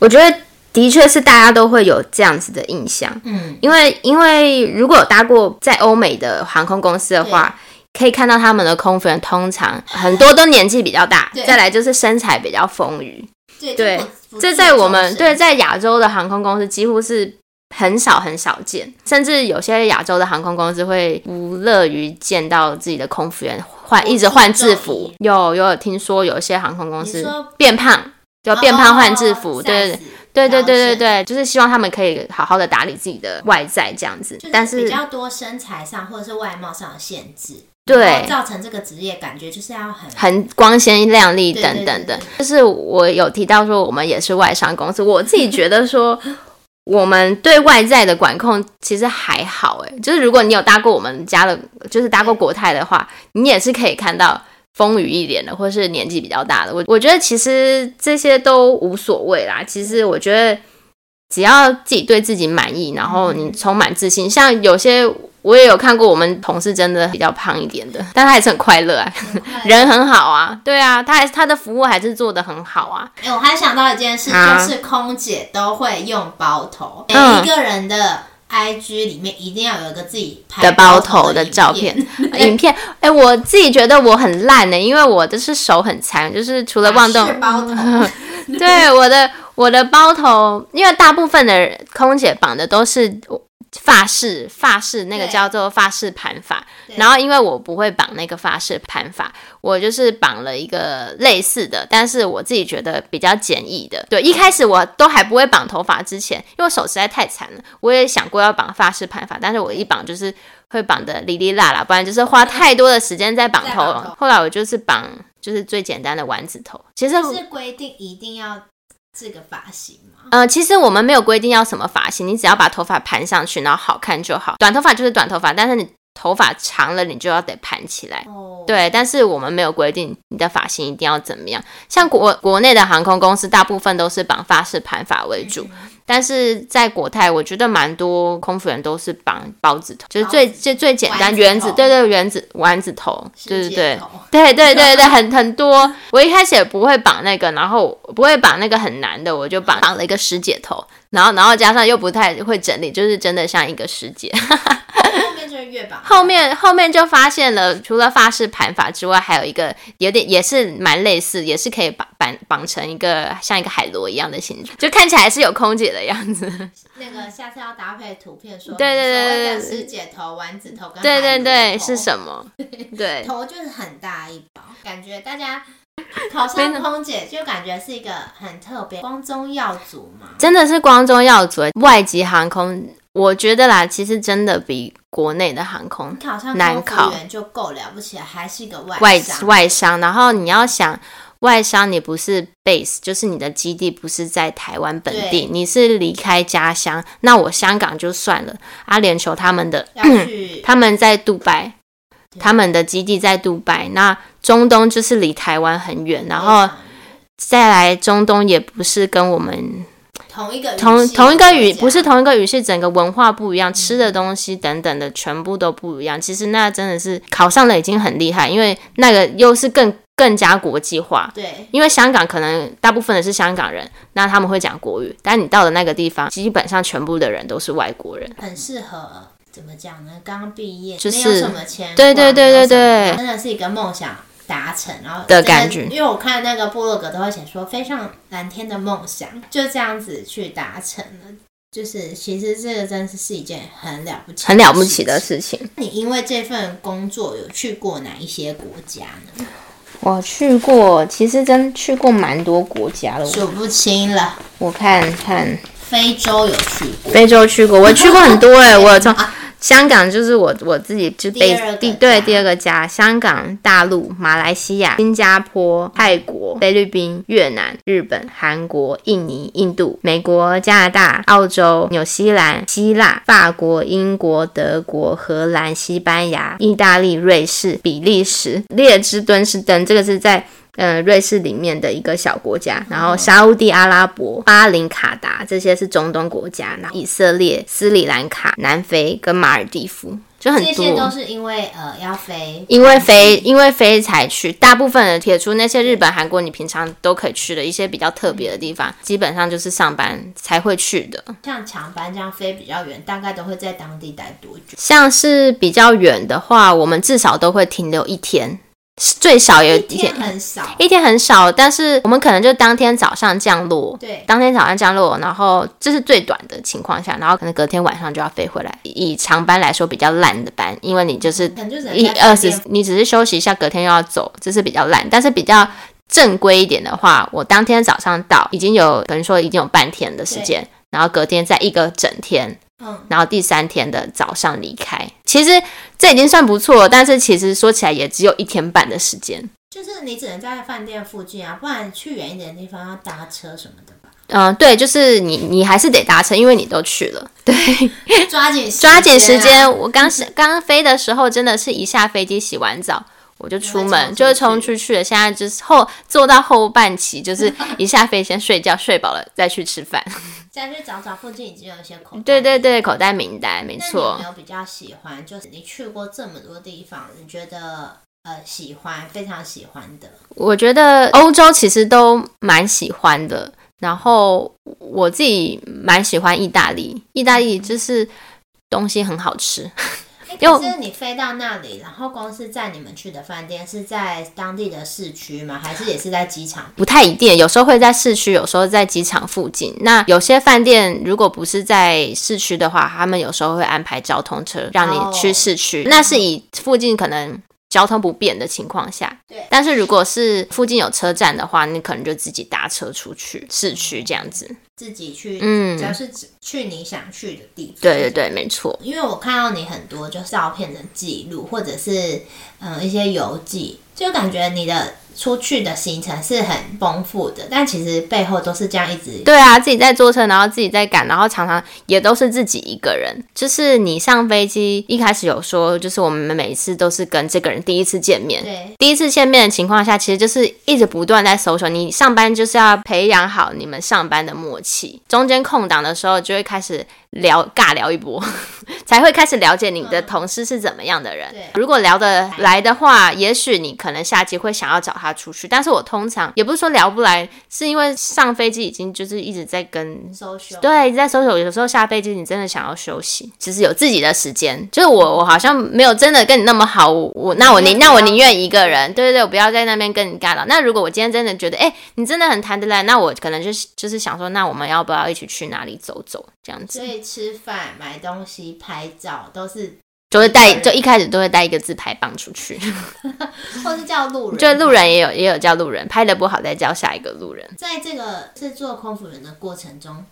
[SPEAKER 1] 我觉得的确是大家都会有这样子的印象，
[SPEAKER 2] 嗯。
[SPEAKER 1] 因为因为如果有搭过在欧美的航空公司的话。可以看到他们的空服员通常很多都年纪比较大
[SPEAKER 2] 对，
[SPEAKER 1] 再来就是身材比较丰腴，
[SPEAKER 2] 对
[SPEAKER 1] 对
[SPEAKER 2] 就不，不
[SPEAKER 1] 这
[SPEAKER 2] 注
[SPEAKER 1] 在我
[SPEAKER 2] 重
[SPEAKER 1] 们
[SPEAKER 2] 身
[SPEAKER 1] 对在亚洲的航空公司几乎是很少很少见，甚至有些亚洲的航空公司会不乐于见到自己的空服员换一直换制服。有有有听说有一些航空公
[SPEAKER 2] 你
[SPEAKER 1] 司
[SPEAKER 2] 说
[SPEAKER 1] 变胖，就变胖换制服，
[SPEAKER 2] 哦
[SPEAKER 1] 对
[SPEAKER 2] size
[SPEAKER 1] 对对对
[SPEAKER 2] 了
[SPEAKER 1] 对对
[SPEAKER 2] 解
[SPEAKER 1] 对，就是希望他们可以好好的打理自己的外在这样子
[SPEAKER 2] 就，
[SPEAKER 1] 但
[SPEAKER 2] 比
[SPEAKER 1] 是
[SPEAKER 2] 较多身材上或者是外貌上的限制，然后
[SPEAKER 1] 对。
[SPEAKER 2] 造成这个职业感觉就是要很
[SPEAKER 1] 很光鲜亮丽
[SPEAKER 2] 对
[SPEAKER 1] 等
[SPEAKER 2] 对
[SPEAKER 1] 等
[SPEAKER 2] 对
[SPEAKER 1] 等，就是我有提到说我们也是外商公司，我自己觉得 说我们对外在的管控其实还好，诶，就是如果你有搭过我们家的，就是搭过国泰的话，你也是可以看到。风雨一脸的，或是年纪比较大的，我我觉得其实这些都无所谓啦。其实我觉得只要自己对自己满意，然后你充满自信，像有些我也有看过，我们同事真的比较胖一点的，但他还是很快乐啊。人很好啊，对啊，他还他的服务还是做得很好啊，
[SPEAKER 2] 哎、我还想到一件事，
[SPEAKER 1] 啊
[SPEAKER 2] 就是空姐都会用包头，每
[SPEAKER 1] 嗯
[SPEAKER 2] 一个人的 IG 里面一定要有一个自己 拍
[SPEAKER 1] 的包头
[SPEAKER 2] 头
[SPEAKER 1] 的
[SPEAKER 2] 影
[SPEAKER 1] 照片、影片。哎、我自己觉得我很烂呢、因为我的是手很残，就是除了
[SPEAKER 2] 片，
[SPEAKER 1] 忘
[SPEAKER 2] 忘
[SPEAKER 1] 动
[SPEAKER 2] 是，包头，
[SPEAKER 1] 对我的我的包头，因为大部分的人空姐绑的都是发饰，发饰那个
[SPEAKER 2] 对
[SPEAKER 1] 叫做发饰盘法
[SPEAKER 2] 对。
[SPEAKER 1] 然后因为我不会绑那个发饰盘法，我就是绑了一个类似的，但是我自己觉得比较简易的。对，一开始我都还不会绑头发之前，因为我手实在太残了，我也想过要绑发饰盘法，但是我一绑就是。会绑的哩哩啦啦，不然就是花太多的时间在绑
[SPEAKER 2] 在
[SPEAKER 1] 头。
[SPEAKER 2] 绑头
[SPEAKER 1] 后来我就是绑，就是最简单的丸子头。其实
[SPEAKER 2] 就是规定一定要这个发型嘛。
[SPEAKER 1] 呃，其实我们没有规定要什么发型，你只要把头发盘上去，然后好看就好。短头发就是短头发，但是你头发长了，你就要得盘起来。
[SPEAKER 2] 哦，
[SPEAKER 1] 对，但是我们没有规定你的发型一定要怎么样。像国国内的航空公司，大部分都是绑发式盘发为
[SPEAKER 2] 嗯
[SPEAKER 1] 主，但是在国泰，我觉得蛮多空服员都是绑包子头，就是最
[SPEAKER 2] 包子
[SPEAKER 1] 最最简单
[SPEAKER 2] 丸子
[SPEAKER 1] 圆子，
[SPEAKER 2] 头
[SPEAKER 1] 对对圆子丸子头，对对
[SPEAKER 2] 世界
[SPEAKER 1] 对
[SPEAKER 2] 头，。
[SPEAKER 1] 对对对对，很很多。我一开始也不会绑那个，然后不会绑那个很难的，我就绑绑了一个师姐头，然后然后加上又不太会整理，就是真的像一个师姐。
[SPEAKER 2] 后面就是月榜，
[SPEAKER 1] 后面后面就发现了，除了发式盘法之外，还有一个有点也是蛮类似，也是可以绑绑绑成一个像一个海螺一样的形状，就看起来是有空姐的样子。
[SPEAKER 2] 那个下次要搭配图片说，
[SPEAKER 1] 对对对
[SPEAKER 2] 所谓的
[SPEAKER 1] 对对
[SPEAKER 2] 师姐头、丸子头 跟
[SPEAKER 1] 对对
[SPEAKER 2] 海
[SPEAKER 1] 对，
[SPEAKER 2] 螺头
[SPEAKER 1] 是什么？ 对。
[SPEAKER 2] 头就是很大一包，感觉 大家考上空姐就感觉是一个很特别光宗耀祖嘛。
[SPEAKER 1] 真的是光宗耀祖，外籍航空，我觉得啦，其实真的比国内的航空
[SPEAKER 2] 你考上
[SPEAKER 1] 难
[SPEAKER 2] 空
[SPEAKER 1] 考
[SPEAKER 2] 服员就够了不起了，还是一个外
[SPEAKER 1] 外
[SPEAKER 2] 商
[SPEAKER 1] 外商，然后你要想外商，你不是 base，就是你的基地不是在台湾本
[SPEAKER 2] 对
[SPEAKER 1] 地，你是离开家乡。那我香港就算了，阿联酋他们的
[SPEAKER 2] 要去
[SPEAKER 1] 他们在杜拜，
[SPEAKER 2] 对
[SPEAKER 1] 他们的基地在杜拜，那中东就是离台湾很远，然后再来中东也不是跟我们
[SPEAKER 2] 同一个语系
[SPEAKER 1] 同同一个呃语
[SPEAKER 2] 的国家
[SPEAKER 1] 不是同一个语系，整个文化不一样，吃的东西等等的全部都不一样。其实那真的是考上了已经很厉害，因为那个又是更更加国际化。
[SPEAKER 2] 对
[SPEAKER 1] 因为香港可能大部分的是香港人，那他们会讲国语，但你到了那个地方，基本上全部的人都是外国人。
[SPEAKER 2] 很适合。怎么讲呢？刚毕业，
[SPEAKER 1] 就是
[SPEAKER 2] 没有什么钱，
[SPEAKER 1] 对对对
[SPEAKER 2] 没有什么
[SPEAKER 1] 对对
[SPEAKER 2] 真的是一个梦想达成，然后
[SPEAKER 1] 的
[SPEAKER 2] 真
[SPEAKER 1] 感觉
[SPEAKER 2] 因为我看那个部落格都会写说飞上蓝天的梦想，就这样子去达成了。就是其实这个真是是一件很了不起、
[SPEAKER 1] 很了不起的。事情。
[SPEAKER 2] 你因为这份工作有去过哪一些国家呢？
[SPEAKER 1] 我去过，其实真去过蛮多国家的。
[SPEAKER 2] 数不清了。
[SPEAKER 1] 我看看，
[SPEAKER 2] 非洲有去过，
[SPEAKER 1] 非洲去过， 我去过很多哎、我从
[SPEAKER 2] 啊
[SPEAKER 1] 香港就是我我自己就
[SPEAKER 2] 第
[SPEAKER 1] 被
[SPEAKER 2] 二个啊
[SPEAKER 1] 第
[SPEAKER 2] 家
[SPEAKER 1] 对第二个家，香港、大陆、马来西亚、新加坡、泰国、菲律宾、越南、日本、韩国、印尼、印度、美国、加拿大、澳洲、纽西兰、希腊、法国、英国、德国、荷兰、西班牙、意大利、瑞士、比利时、列支敦士登，这个是在。呃，瑞士里面的一个小国家，然
[SPEAKER 2] 哦
[SPEAKER 1] 后沙乌地阿拉伯、巴林、卡达这些是中东国家，然后以色列、斯里兰卡、南非跟马尔蒂夫就很
[SPEAKER 2] 这些都
[SPEAKER 1] 多。
[SPEAKER 2] 是因为呃要飞，
[SPEAKER 1] 因为飞，因为飞才去，大部分的铁除那些日本、韩国，你平常都可以去的一些比较特别的地方，基本上就是上班才会去的。
[SPEAKER 2] 像长班这样飞比较远，大概都会在当地待多久？
[SPEAKER 1] 像是比较远的话，我们至少都会停留一天，最少也
[SPEAKER 2] 一天很少，
[SPEAKER 1] 一天很少，但是我们可能就当天早上降落，
[SPEAKER 2] 对
[SPEAKER 1] 当天早上降落，然后这是最短的情况下，然后可能隔天晚上就要飞回来。以长班来说，比较烂的班，因为你就是
[SPEAKER 2] 可能就只能
[SPEAKER 1] 一
[SPEAKER 2] 在
[SPEAKER 1] 二
[SPEAKER 2] 饭
[SPEAKER 1] 十
[SPEAKER 2] 店，
[SPEAKER 1] 你只是休息一下，隔天又要走，这是比较烂。但是比较正规一点的话，我当天早上到，已经有等于说已经有半天的时间，然后隔天再一个整天，
[SPEAKER 2] 嗯，
[SPEAKER 1] 然后第三天的早上离开。其实这已经算不错了，但是其实说起来也只有一天半的时间。
[SPEAKER 2] 就是你只能在饭店附近啊，不然去远一点的地方要搭车什么的吧。
[SPEAKER 1] 嗯，对，就是你，你还是得搭乘，因为你都去了。对，
[SPEAKER 2] 抓紧时间啊
[SPEAKER 1] 抓
[SPEAKER 2] 嗯
[SPEAKER 1] 紧时间。，我刚是刚飞的时候，真的是一下飞机洗完澡，我就出门，
[SPEAKER 2] 就
[SPEAKER 1] 就
[SPEAKER 2] 会
[SPEAKER 1] 是
[SPEAKER 2] 啊冲
[SPEAKER 1] 冲
[SPEAKER 2] 出
[SPEAKER 1] 出去了。现在就是后坐到后半期， 就是一下飞先睡觉，睡饱了再去吃饭。
[SPEAKER 2] 再去找找附近已经有一些口袋。
[SPEAKER 1] 嗯对对对，口袋名单没
[SPEAKER 2] 那你有
[SPEAKER 1] 错
[SPEAKER 2] 没。有比较喜欢？就是你去过这么多地方，你觉得呃喜欢，非常喜欢的？
[SPEAKER 1] 我觉得欧洲其实都蛮喜欢的，然后我自己蛮喜欢意大利，意大利就是东西很好吃。
[SPEAKER 2] 哎
[SPEAKER 1] 因为
[SPEAKER 2] 可是你飞到那里，然后公司载你们去的饭店是在当地的市区吗？还是也是在机场？
[SPEAKER 1] 不太一定，有时候会在市区，有时候在机场附近。那有些饭店如果不是在市区的话，他们有时候会安排交通车让你去市区。那是以附近可能交通不便的情况下。
[SPEAKER 2] 对
[SPEAKER 1] 但是如果是附近有车站的话，你可能就自己搭车出去市区这样子。
[SPEAKER 2] 自己去，
[SPEAKER 1] 嗯
[SPEAKER 2] 只要是只去你想去的地方。
[SPEAKER 1] 对对。对，没错。
[SPEAKER 2] 因为我看到你很多就是照片的记录，或者是嗯、呃一些游记，就感觉你的出去的行程是很丰富的，但其实背后都是这样一直
[SPEAKER 1] 对啊，自己在坐车，然后自己在赶，然后常常也都是自己一个人。就是你上飞机一开始有说，就是我们每一次都是跟这个人第一次见面，
[SPEAKER 2] 对
[SPEAKER 1] 第一次见面的情况下，其实就是一直不断在搜索。你上班就是要培养好你们上班的默契，中间空档的时候就会开始聊尬聊一波， 才会开始了解你的同事是怎么样的人。
[SPEAKER 2] 对
[SPEAKER 1] 如果聊得来的话，也许你可能下集会想要找他出去。但是我通常也不是说聊不来，是因为上飞机已经就是一直在跟
[SPEAKER 2] 搜寻。
[SPEAKER 1] 对，在搜索有时候下飞机，你真的想要休息，其实有自己的时间。就是我，我好像没有真的跟你那么好，我我那我
[SPEAKER 2] 你
[SPEAKER 1] 宁
[SPEAKER 2] 也
[SPEAKER 1] 那
[SPEAKER 2] 不
[SPEAKER 1] 我
[SPEAKER 2] 要
[SPEAKER 1] 宁愿一个人，对对对，我不要在那边跟你尬聊。那如果我今天真的觉得，哎、你真的很谈得来，那我可能就是就是想说，那我们要不要一起去哪里走走？这样子
[SPEAKER 2] 所，以吃饭、买东西、拍照都是，
[SPEAKER 1] 就会带，
[SPEAKER 2] 一个人
[SPEAKER 1] 就一开始都会带一个自拍棒出去，
[SPEAKER 2] 或是叫路人。
[SPEAKER 1] 就路人也有也有叫路人，拍的不好再叫下一个路人。
[SPEAKER 2] 在这个制作空服员的过程中，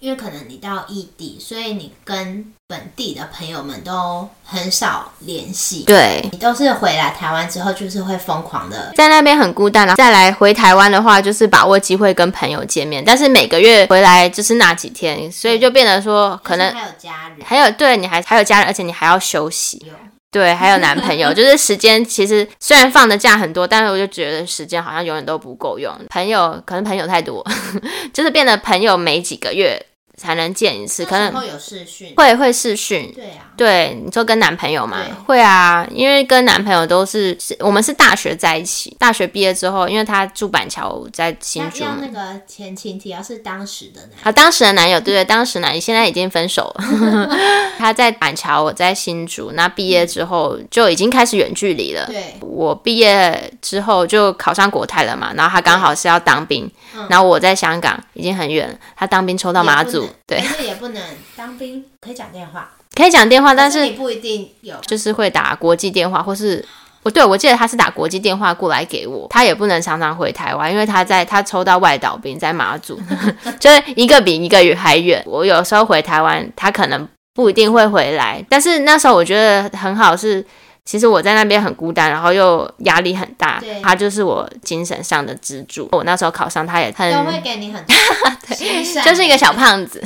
[SPEAKER 2] 因为可能你到异地，所以你跟本地的朋友们都很少联系。
[SPEAKER 1] 对，
[SPEAKER 2] 你都是回来台湾之后，就是会疯狂的
[SPEAKER 1] 在那边很孤单，然后再来回台湾的话，就是把握机会跟朋友见面。但是每个月回来就是那几天，所以就变得说，可
[SPEAKER 2] 而
[SPEAKER 1] 能
[SPEAKER 2] 且还有家人
[SPEAKER 1] 还有对你还还有家人，而且你还要休息，
[SPEAKER 2] 有，
[SPEAKER 1] 对，还有男朋友，就是时间其实虽然放的假很多，但是我就觉得时间好像永远都不够用。朋友可能朋友太多， 就是变得朋友每几个月才能见一次，可
[SPEAKER 2] 那时
[SPEAKER 1] 能
[SPEAKER 2] 候有视讯，
[SPEAKER 1] 会会视讯，
[SPEAKER 2] 对啊，
[SPEAKER 1] 对，你说跟男朋友嘛
[SPEAKER 2] 对？
[SPEAKER 1] 会啊，因为跟男朋友都是是我们是大学在一起，大学毕业之后，因为他住板桥，我在新
[SPEAKER 2] 要
[SPEAKER 1] 竹
[SPEAKER 2] 要
[SPEAKER 1] 嘛。
[SPEAKER 2] 那个前情提要是当时的男，
[SPEAKER 1] 啊，当时的男友，对对，当时男友现在已经分手了。 他在板桥，我在新竹。那毕业之后就已经开始远距离了。
[SPEAKER 2] 对，
[SPEAKER 1] 我毕业之后就考上国泰了嘛，然后他刚好是要当兵，然后我在香港已经很远了，他当兵抽到马
[SPEAKER 2] 嗯也
[SPEAKER 1] 祖
[SPEAKER 2] 不能，
[SPEAKER 1] 对，
[SPEAKER 2] 但是也不能当兵，可以讲电话，
[SPEAKER 1] 可以讲电话，但
[SPEAKER 2] 可
[SPEAKER 1] 是
[SPEAKER 2] 你不一定有
[SPEAKER 1] 就是会打国际电话，或是我对我记得他是打国际电话过来给我，他也不能常常回台湾，因为他在他抽到外岛兵在马祖， 就是一个比一个远还远。我有时候回台湾，他可能不一定会回来，但是那时候我觉得很好是。其实我在那边很孤单，然后又压力很大
[SPEAKER 2] 对。
[SPEAKER 1] 他就是我精神上的支柱。我那时候考上他也很，
[SPEAKER 2] 都会给 你很欣赏
[SPEAKER 1] 就是一个小胖子。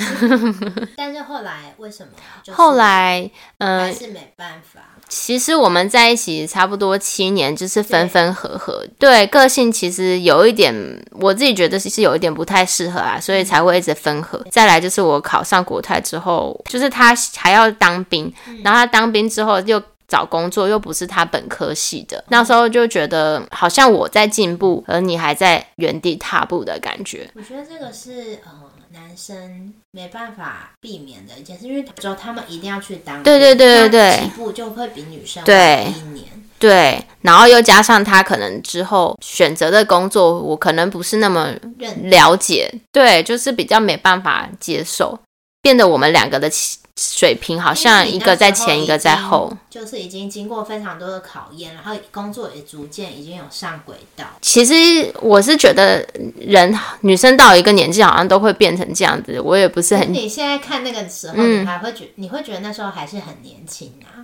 [SPEAKER 2] 但是后来为什么？就是
[SPEAKER 1] 后来，嗯、
[SPEAKER 2] 还是没办法，
[SPEAKER 1] 其实我们在一起差不多七年，就是分分合合。对个性其实有一点，我自己觉得是有一点不太适合啊，所以才会一直分合。再来就是我考上国泰之后，就是他还要当兵，然后他当兵之后又。找工作又不是他本科系的，那时候就觉得好像我在进步，而你还在原地踏步的感觉。
[SPEAKER 2] 我觉得这个是呃男生没办法避免的一件事，因为只有他们一定要去当兵，
[SPEAKER 1] 对对对对对
[SPEAKER 2] 那起步就会比女生
[SPEAKER 1] 对
[SPEAKER 2] 晚一年，
[SPEAKER 1] 对，然后又加上他可能之后选择的工作，我可能不是那么
[SPEAKER 2] 认
[SPEAKER 1] 了解，对，就是比较没办法接受，变得我们两个的起水平好像一个在前，一个在后。，
[SPEAKER 2] 就是已经经过非常多的考验，然后工作也逐渐已经有上轨道。
[SPEAKER 1] 其实我是觉得人女生到一个年纪好像都会变成这样子，我也不是很
[SPEAKER 2] 你现在看那个时候，
[SPEAKER 1] 嗯
[SPEAKER 2] 你还会觉，你会觉得那时候还是很年轻啊。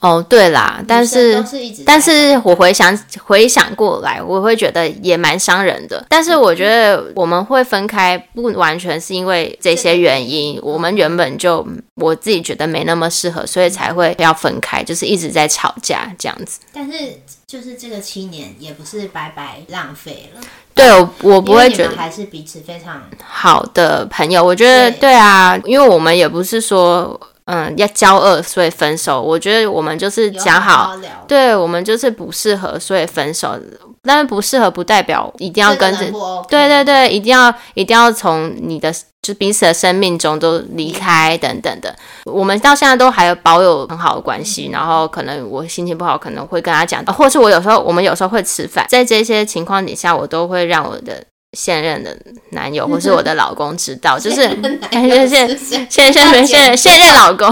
[SPEAKER 1] 哦，对啦，但
[SPEAKER 2] 女
[SPEAKER 1] 是
[SPEAKER 2] 生都是一直在，
[SPEAKER 1] 但是我回想回想过来，我会觉得也蛮伤人的。但是我觉得我们会分开，不完全是因为这些原因。我们原本就我自己觉得没那么适合，所以才会要分开，就是一直在吵架这样子。
[SPEAKER 2] 但是就是这个七年也不是白白浪费了，
[SPEAKER 1] 对，我我不
[SPEAKER 2] 因为
[SPEAKER 1] 会
[SPEAKER 2] 你
[SPEAKER 1] 觉
[SPEAKER 2] 们
[SPEAKER 1] 得
[SPEAKER 2] 还是彼此非常
[SPEAKER 1] 好的朋友，我觉得
[SPEAKER 2] 对
[SPEAKER 1] 对啊，因为我们也不是说嗯要交恶所以分手，我觉得我们就是
[SPEAKER 2] 有
[SPEAKER 1] 讲好
[SPEAKER 2] 好聊，
[SPEAKER 1] 对我们就是不适合，所以分手。但是不适合不代表一定要
[SPEAKER 2] 这个
[SPEAKER 1] 跟
[SPEAKER 2] 人
[SPEAKER 1] 着，
[SPEAKER 2] 不 OK
[SPEAKER 1] 对对对，一定要一定要从你的就彼此的生命中都离开等等的。我们到现在都还有保有很好的关系，然后可能我心情不好，可能会跟他讲，或是我有时候我们有时候会吃饭，在这些情况底下，我都会让我的现任的男友或是我的老公知道，就 是
[SPEAKER 2] 现任男
[SPEAKER 1] 哎
[SPEAKER 2] 友
[SPEAKER 1] 就是
[SPEAKER 2] 是现
[SPEAKER 1] 现现现现现任老公，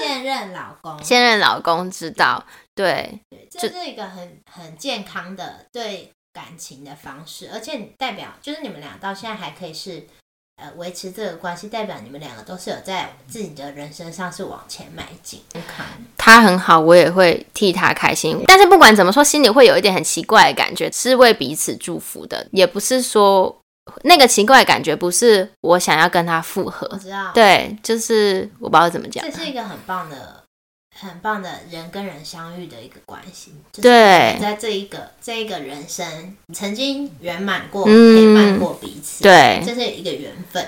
[SPEAKER 2] 现任老公，
[SPEAKER 1] 现任老公知道，对。
[SPEAKER 2] 对这是一个很很健康的对感情的方式，而且代表就是你们俩到现在还可以是。呃，维持这个关系，代表你们两个都是有在自己的人生上是往前迈进，健康。
[SPEAKER 1] 他很好，我也会替他开心。但是不管怎么说，心里会有一点很奇怪的感觉，是为彼此祝福的，也不是说那个奇怪的感觉不是我想要跟他复
[SPEAKER 2] 我
[SPEAKER 1] 合，
[SPEAKER 2] 知道，
[SPEAKER 1] 对，就是我不知道怎么讲
[SPEAKER 2] 这，是一个很棒的、很棒的人跟人相遇的一个关系。就是
[SPEAKER 1] 对
[SPEAKER 2] 在这一个这一个人生曾经圆满过、
[SPEAKER 1] 嗯
[SPEAKER 2] 陪伴过彼此，，
[SPEAKER 1] 对，
[SPEAKER 2] 这是一个缘分。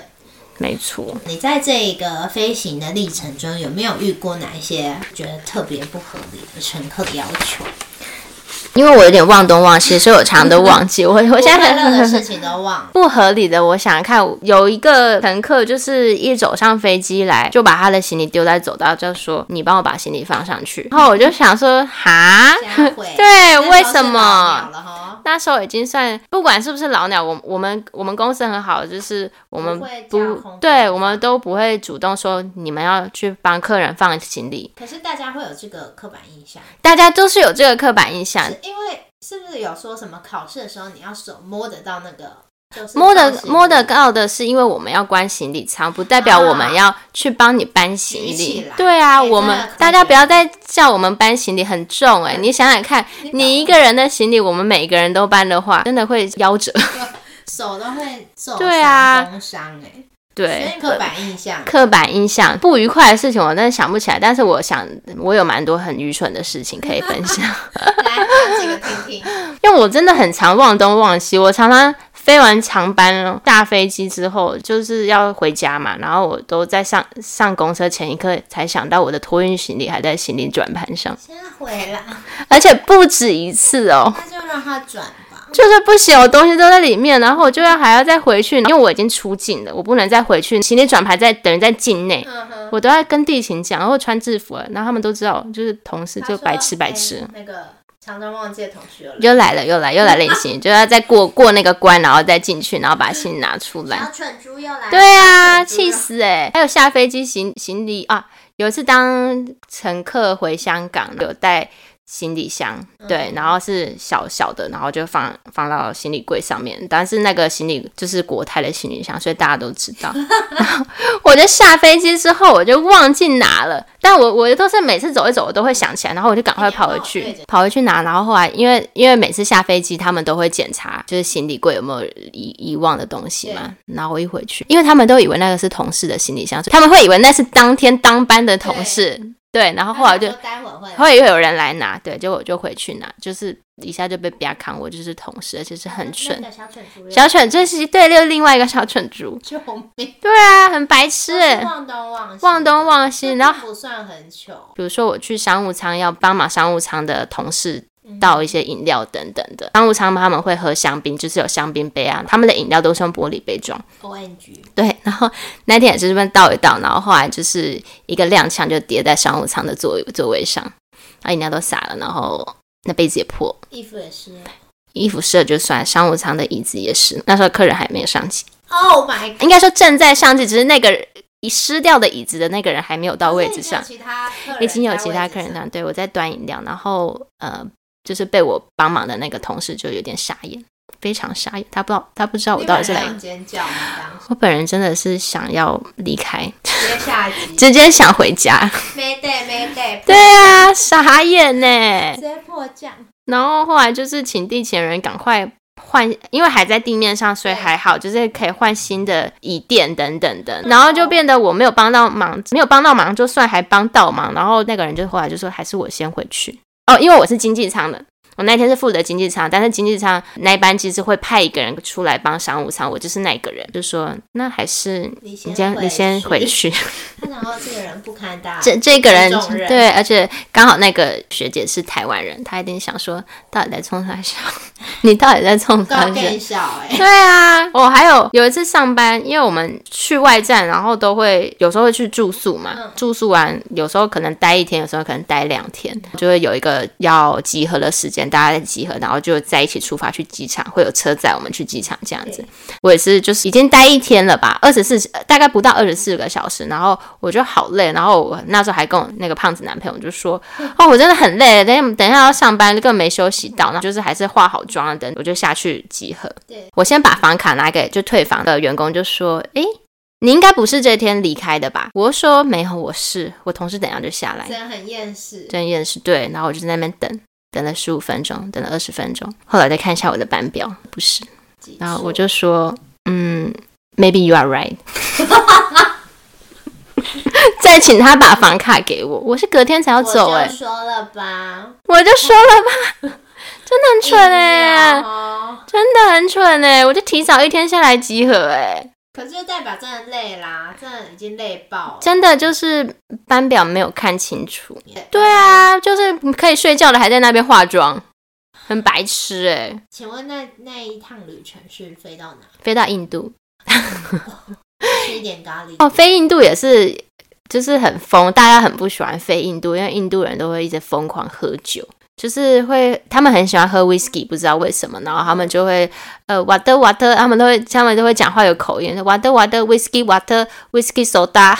[SPEAKER 1] 没错。
[SPEAKER 2] 你在这一个飞行的历程中，有没有遇过哪一些觉得特别不合理的乘客要求？
[SPEAKER 1] 因为我有点忘东忘西，所以我常常都忘 记。我我
[SPEAKER 2] 我
[SPEAKER 1] 现在
[SPEAKER 2] 快乐的
[SPEAKER 1] 很
[SPEAKER 2] 事情都忘 了。
[SPEAKER 1] 不合理的，我想看有一个乘客就是一走上飞机来就把他的行李丢在走道，就说你帮我把行李放上去。然后我就想说，哈，
[SPEAKER 2] 家会
[SPEAKER 1] 对，
[SPEAKER 2] 那
[SPEAKER 1] 为
[SPEAKER 2] 时候
[SPEAKER 1] 什
[SPEAKER 2] 是老
[SPEAKER 1] 么
[SPEAKER 2] 鸟？了哈
[SPEAKER 1] 那时候已经算不管是不是老鸟，我我们我们公司很好，就是我们
[SPEAKER 2] 不会架
[SPEAKER 1] 不
[SPEAKER 2] 空
[SPEAKER 1] 对，我们都不会主动说你们要去帮客人放行李，
[SPEAKER 2] 可是大家会有这个刻板印象，
[SPEAKER 1] 大家都是有这个刻板印象
[SPEAKER 2] 是。因为是不是有说什么考试的时候你要手摸得到那个，就是
[SPEAKER 1] 摸得
[SPEAKER 2] 放行李
[SPEAKER 1] 摸得到的是，因为我们要关行李舱，不代表我们要去帮你搬行
[SPEAKER 2] 举起
[SPEAKER 1] 李
[SPEAKER 2] 来。
[SPEAKER 1] 对啊，
[SPEAKER 2] 哎
[SPEAKER 1] 我
[SPEAKER 2] 真的
[SPEAKER 1] 们
[SPEAKER 2] 可
[SPEAKER 1] 大家
[SPEAKER 2] 以
[SPEAKER 1] 不要再叫我们搬行李很重哎、你想想看，你一个人的行李，我们每一个人都搬的话，真的会夭折。
[SPEAKER 2] 手都会受
[SPEAKER 1] 对啊
[SPEAKER 2] 伤工伤哎，
[SPEAKER 1] 对，
[SPEAKER 2] 所以刻板印象。
[SPEAKER 1] 刻板印象不愉快的事情，我真的想不起来。但是我想，我有蛮多很愚蠢的事情可以分享，
[SPEAKER 2] 来，讲几个听听。
[SPEAKER 1] 因为我真的很常忘东忘西。我常常飞完长班大飞机之后，就是要回家嘛，然后我都在上上公车前一刻才想到我的托运行李还在行李转盘上，
[SPEAKER 2] 现在回来，
[SPEAKER 1] 而且不止一次哦。
[SPEAKER 2] 那就让它转吧。
[SPEAKER 1] 就是不行，我东西都在里面，然后我就要还要再回去，因为我已经出境了，我不能再回去。行李转盘在等于在境内，
[SPEAKER 2] 嗯哼，
[SPEAKER 1] 我都在跟地勤讲，然后穿制服了，然后他们都知道，就是同事就白吃白吃
[SPEAKER 2] 哎，那个常常忘记的同学了，
[SPEAKER 1] 又来了又来又来了一行，就要再过过那个关，然后再进去，然后把行李拿出来。
[SPEAKER 2] 小蠢猪又来了。
[SPEAKER 1] 对啊，
[SPEAKER 2] 小蠢猪
[SPEAKER 1] 气！
[SPEAKER 2] 又
[SPEAKER 1] 死哎、欸！还有下飞机行行李啊，有一次当乘客回香港，有带行李箱，
[SPEAKER 2] 嗯
[SPEAKER 1] 对，然后是小小的，然后就放放到行李柜上面。但是那个行李就是国泰的行李箱，所以大家都知道。 然后我就下飞机之后，我就忘记拿了，但我我都是每次走一走，我都会想起来，然后我就赶快跑回
[SPEAKER 2] 哎
[SPEAKER 1] 去
[SPEAKER 2] 你要，
[SPEAKER 1] 跑回去拿。然后后来因为因为每次下飞机，他们都会检查就是行李柜有没有遗遗忘的东西嘛。然后我一回去，因为他们都以为那个是同事的行李箱，所以他们会以为那是当天当班的同事。对，然后后来我就
[SPEAKER 2] 他想说待会儿会来
[SPEAKER 1] 后来又有人来拿，对，结果我就回去拿，就是一下就被别扛，我就是同事，而且是很蠢
[SPEAKER 2] 啊那。个小蠢猪，
[SPEAKER 1] 小蠢，这是对另另外一个小蠢 猪，
[SPEAKER 2] 救命！
[SPEAKER 1] 对啊，很白痴
[SPEAKER 2] 都是
[SPEAKER 1] 哎，
[SPEAKER 2] 忘东忘西，
[SPEAKER 1] 忘东忘西。
[SPEAKER 2] 这
[SPEAKER 1] 然
[SPEAKER 2] 并
[SPEAKER 1] 后
[SPEAKER 2] 不算很糗，
[SPEAKER 1] 比如说我去商务舱要帮忙商务舱的同事
[SPEAKER 2] 嗯
[SPEAKER 1] 倒一些饮料等等的，商务舱他们会喝香槟，就是有香槟杯啊，他们的饮料都是用玻璃杯装。
[SPEAKER 2] O N G，
[SPEAKER 1] 对，然后那天也是这边倒一倒，然后后来就是一个踉跄就跌在商务舱的座位座位上，然后饮料都洒了，然后那杯子也破了。
[SPEAKER 2] 衣服也是。
[SPEAKER 1] 衣服湿了就算，商务舱的椅子也是。那时候客人还没有上机，
[SPEAKER 2] Oh my god！
[SPEAKER 1] 应该说正在上机，只是那个已湿掉的椅子的那个人还没有到位置上
[SPEAKER 2] 已，经有其他客人
[SPEAKER 1] 已经有其
[SPEAKER 2] 在
[SPEAKER 1] 他
[SPEAKER 2] 位置
[SPEAKER 1] 客人
[SPEAKER 2] 上
[SPEAKER 1] 上。对我在端饮料，然后呃，就是被我帮忙的那个同事就有点傻眼，非常傻眼，他不知道他不知道我
[SPEAKER 2] 你
[SPEAKER 1] 到底
[SPEAKER 2] 本
[SPEAKER 1] 是
[SPEAKER 2] 来
[SPEAKER 1] 来
[SPEAKER 2] 有。尖叫吗？当时
[SPEAKER 1] 我本人真的是想要离开，
[SPEAKER 2] 直接下一 集，
[SPEAKER 1] 直接想回 家。
[SPEAKER 2] 没得没得，
[SPEAKER 1] 对啊，傻眼呢
[SPEAKER 2] 直。接迫降。
[SPEAKER 1] 然后后来就是请地勤人赶快换，因为还在地面上，所以还好，就是可以换新的椅垫等等的。然后就变得我没有帮到忙，没有帮到忙就算，还帮倒忙。然后那个人就后来就说，还是我先回去哦，因为我是经济舱的。我那天是负责经济舱，但是经济舱那一班其实会派一个人出来帮商务舱，我就是那个人，就说那还是
[SPEAKER 2] 你
[SPEAKER 1] 你
[SPEAKER 2] 先
[SPEAKER 1] 先你先回
[SPEAKER 2] 回。
[SPEAKER 1] 去。
[SPEAKER 2] 他想说这个人不堪大
[SPEAKER 1] 这这个啊人
[SPEAKER 2] 这种人
[SPEAKER 1] 对，而且刚好那个学姐是台湾人，她一定想说，到底在冲啥笑？你到底在冲啥
[SPEAKER 2] 高
[SPEAKER 1] 笑？
[SPEAKER 2] 更小 哎、
[SPEAKER 1] 对啊，我还有有一次上班，因为我们去外站，然后都会有时候会去住宿嘛，
[SPEAKER 2] 嗯
[SPEAKER 1] 住宿完有时候可能待一天，有时候可能待两天，就会有一个要集合的时间，大家在集合，然后就在一起出发去机场，会有车载我们去机场这样子
[SPEAKER 2] 对。
[SPEAKER 1] 我也是，就是已经待一天了吧，二十四呃大概不到二十四个小时，然后我就好累，然后我那时候还跟我那个胖子男朋友就说，哦，我真的很累，等一下等一下要上班，根本没休息到，然后就是还是化好妆了，等我就下去集合。
[SPEAKER 2] 对，
[SPEAKER 1] 我先把房卡拿给就退房的员工，就说，诶，你应该不是这天离开的吧？我说没有，我是我同事等一下就下来，
[SPEAKER 2] 真的很厌世。
[SPEAKER 1] 真验是对，然后我就在那边等。等了十五分钟，等了二十分钟，后来再看一下我的班表，不是，
[SPEAKER 2] 记住
[SPEAKER 1] 然后我就说，嗯，maybe you are right，再请他把房卡给我，我是隔天才要
[SPEAKER 2] 我
[SPEAKER 1] 走、欸诶。
[SPEAKER 2] 就说了吧，
[SPEAKER 1] 我就说了吧，真的很蠢哎、
[SPEAKER 2] 硬要哦
[SPEAKER 1] 真的很蠢哎、我就提早一天下来集合哎、
[SPEAKER 2] 可是就代表真的累啦，真的已经累爆了。
[SPEAKER 1] 真的就是班表没有看清楚。
[SPEAKER 2] 也
[SPEAKER 1] 对，啊，就是可以睡觉的还在那边化妆，很白痴哎、
[SPEAKER 2] 请问那那一趟旅程是飞到哪？
[SPEAKER 1] 飞到印度
[SPEAKER 2] 吃一点咖喱
[SPEAKER 1] 哦，飞印度也是。就是很疯，大家很不喜欢飞印度，因为印度人都会一直疯狂喝酒，就是会他们很喜欢喝 whisky，不知道为什么，然后他们就会呃 water water，他们都会他们都会讲话有口音，water water whisky water whisky soda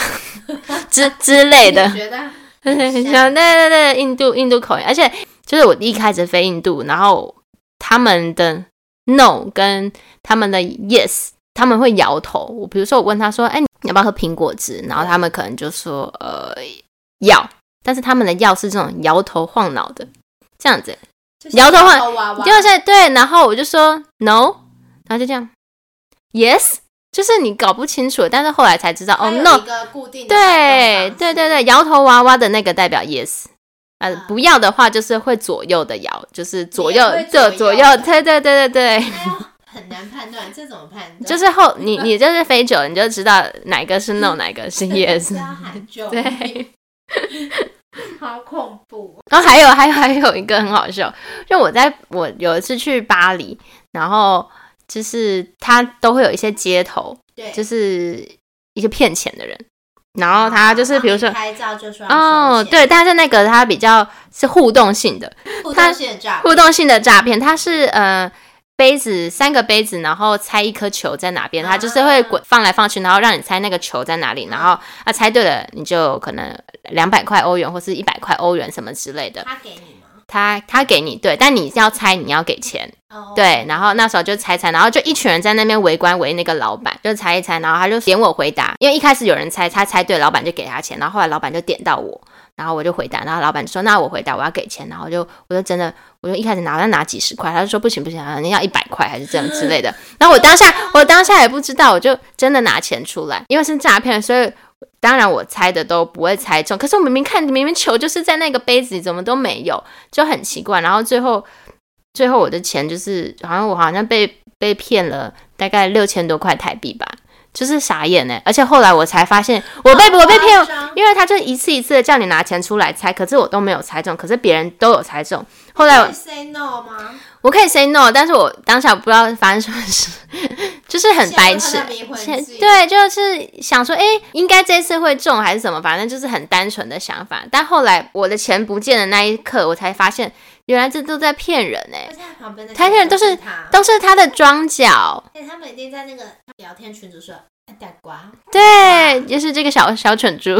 [SPEAKER 1] 之之类的
[SPEAKER 2] 你，觉得
[SPEAKER 1] 很
[SPEAKER 2] 很
[SPEAKER 1] 像，
[SPEAKER 2] 像
[SPEAKER 1] 对对对，印度印度口音，而且就是我一开始飞印度，然后他们的 no 跟他们的 yes，他们会摇头。我比如说我问他说，哎，你要不要喝苹果汁？然后他们可能就说，呃，要，但是他们的要是这种摇头晃脑的这样子，
[SPEAKER 2] 就是
[SPEAKER 1] 摇头晃
[SPEAKER 2] 头娃娃，
[SPEAKER 1] 就是对，然后我就说 no，然后就这样 yes，就是你搞不清楚，但是后来才知道，哦
[SPEAKER 2] 它有
[SPEAKER 1] no
[SPEAKER 2] 一个固定的
[SPEAKER 1] 对
[SPEAKER 2] 摆动方式
[SPEAKER 1] 对对对，摇头娃娃的那个代表 yes，呃
[SPEAKER 2] 啊，
[SPEAKER 1] 不要的话就是会左右的摇，就是左右
[SPEAKER 2] 也会
[SPEAKER 1] 这
[SPEAKER 2] 左
[SPEAKER 1] 左
[SPEAKER 2] 右
[SPEAKER 1] 右
[SPEAKER 2] 的，
[SPEAKER 1] 对对对对对，
[SPEAKER 2] 哎呦，很难判断，这怎么判断？
[SPEAKER 1] 就是后你
[SPEAKER 2] 嗯
[SPEAKER 1] 你就是飞久了你就知道哪个是 no，哪个是 yes
[SPEAKER 2] 是。要喊救
[SPEAKER 1] 对，
[SPEAKER 2] 命， 好恐怖哦！
[SPEAKER 1] 然后还有还有还有一个很好笑，就我在我有一次去巴黎，然后就是他都会有一些街头，
[SPEAKER 2] 对，
[SPEAKER 1] 就是一些骗钱的人，然后他就是比如说
[SPEAKER 2] 帮你拍照就说要
[SPEAKER 1] 哦
[SPEAKER 2] 收钱，
[SPEAKER 1] 对，但是那个他比较是互动性的，
[SPEAKER 2] 互
[SPEAKER 1] 他
[SPEAKER 2] 动性的诈骗
[SPEAKER 1] 互动性的诈骗，它是呃杯子三个杯子，然后猜一颗球在哪边，它就是会滚放来放去，然后让你猜那个球在哪里，然后啊猜对了你就可能两百块欧元或是一百块欧元什么之类的。
[SPEAKER 2] 他给你吗？
[SPEAKER 1] 他他给你对，但你要猜你要给钱，
[SPEAKER 2] 哦，
[SPEAKER 1] 对，然后那时候就猜猜，然后就一群人在那边围观围那个老板，就猜一猜，然后他就点我回答，因为一开始有人猜，他猜对，老板就给他钱，然后后来老板就点到我，然后我就回答，然后老板就说那我回答我要给钱，然后我就我就真的我就一开始拿要拿几十块，他就说不行不行，你要一百块还是这样之类的， 然后我当下我当下也不知道，我就真的拿钱出来，因为是诈骗，所以。当然，我猜的都不会猜中，可是我明明看，明明球就是在那个杯子里，怎么都没有，就很奇怪。然后最后最后我的钱就是好像我好像被被骗了大概六千多块台币吧，就是傻眼呢、而且后来我才发现我被我被骗，因为他就一次一次的叫你拿钱出来猜，可是我都没有猜中，可是别人都有猜中。后来我
[SPEAKER 2] say no 吗？
[SPEAKER 1] 我可以 say no，但是我当下不知道发生什么事，就是很白 痴。现对，啊就是想说，哎、应该这次会中还是什么，反正就是很单纯的想法。但后来我的钱不见的那一刻，我才发现原来这都在骗人哎、
[SPEAKER 2] 而且他旁边的
[SPEAKER 1] 台下人都是
[SPEAKER 2] 他，
[SPEAKER 1] 都是他的装脚。
[SPEAKER 2] 而且他们一定在那个聊天群组说哎打瓜，
[SPEAKER 1] 对，就是这个小小蠢猪，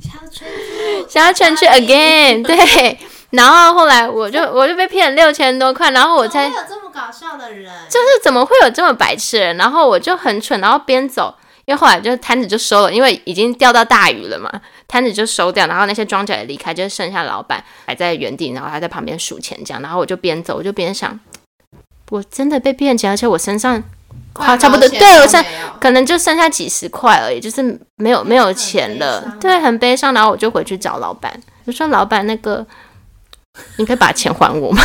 [SPEAKER 2] 小 春子，
[SPEAKER 1] 小蠢 猪 again。对，然后后来我就我就被骗了六千多块，然后我才
[SPEAKER 2] 怎么会有这么搞笑的人，
[SPEAKER 1] 就是怎么会有这么白痴的人？然后我就很蠢，然后边走，因为后来就摊子就收了，因为已经钓到大鱼了嘛，摊子就收掉，然后那些庄家也离开，就剩下老板还在原地，然后还在旁边数钱这样。然后我就边走，我就边想，我真的被骗钱，而且我身上
[SPEAKER 2] 快
[SPEAKER 1] 啊差不多
[SPEAKER 2] 毛钱
[SPEAKER 1] 对
[SPEAKER 2] 都
[SPEAKER 1] 我是
[SPEAKER 2] 没有
[SPEAKER 1] 可能就剩下几十块而已，就是没有没有钱
[SPEAKER 2] 很悲
[SPEAKER 1] 了
[SPEAKER 2] 伤，
[SPEAKER 1] 对，很悲伤。然后我就回去找老板，我说老板那个，你可以把钱还我吗？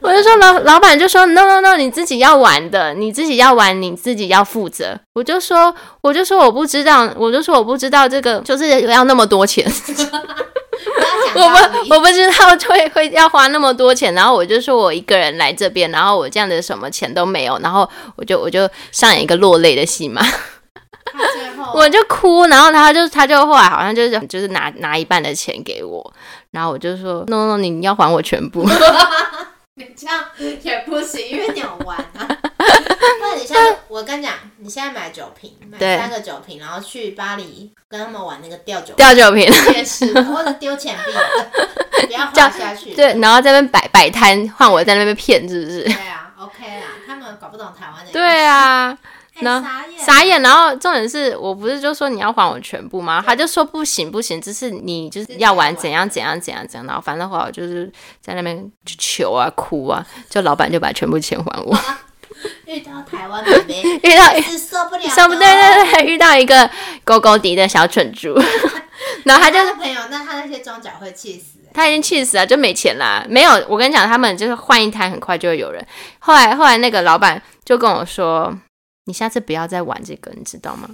[SPEAKER 1] 我就说老老板就说 no no no，你自己要玩的，你自己要玩，你自己要负责。我就说我就说我不知道，我就说我不知道这个就是要那么多钱。
[SPEAKER 2] 不
[SPEAKER 1] 我
[SPEAKER 2] 要讲道理
[SPEAKER 1] 不我不知道会会要花那么多钱，然后我就说我一个人来这边，然后我这样的什么钱都没有，然后我就我就上演一个落泪的戏嘛，
[SPEAKER 2] 他最后
[SPEAKER 1] 我就哭，然后他就他就后来好像就是就是拿拿一半的钱给我，然后我就说 no no，你要还我全部，
[SPEAKER 2] 你 这样也不行，因为你有玩 啊。那你现在，我跟你讲，你现在买酒瓶，买
[SPEAKER 1] 嗯对
[SPEAKER 2] 三个酒瓶，然后去巴黎跟他们玩那个吊酒瓶，
[SPEAKER 1] 掉酒瓶，
[SPEAKER 2] 也是的，或者丢钱币，不要
[SPEAKER 1] 这
[SPEAKER 2] 花
[SPEAKER 1] 样
[SPEAKER 2] 下 去。
[SPEAKER 1] 对，然后在那边摆摆摊，换我在那边骗，是不是？
[SPEAKER 2] 对啊，OK 啦，他们搞不懂台湾的，
[SPEAKER 1] 对啊，
[SPEAKER 2] 哎，
[SPEAKER 1] 那
[SPEAKER 2] 傻眼，
[SPEAKER 1] 傻眼。然后重点是我不是就说你要还我全部吗？他就说不行不行，只是你就是要玩怎样怎样怎样怎样。然后反正后来我就是在那边求啊哭啊，就老板就把全部钱还我。
[SPEAKER 2] 遇到台湾妹妹
[SPEAKER 1] 遇到
[SPEAKER 2] 是受不了的，
[SPEAKER 1] 上不对对对，遇到一个勾勾迪的小蠢猪， 然后他就
[SPEAKER 2] 他的朋友，那他那些装脚会气死。
[SPEAKER 1] 他已经气死了，就没钱啦。没有，我跟你讲，他们就是换一摊，很快就会有人。后来后来那个老板就跟我说。你下次不要再玩这个，你知道吗？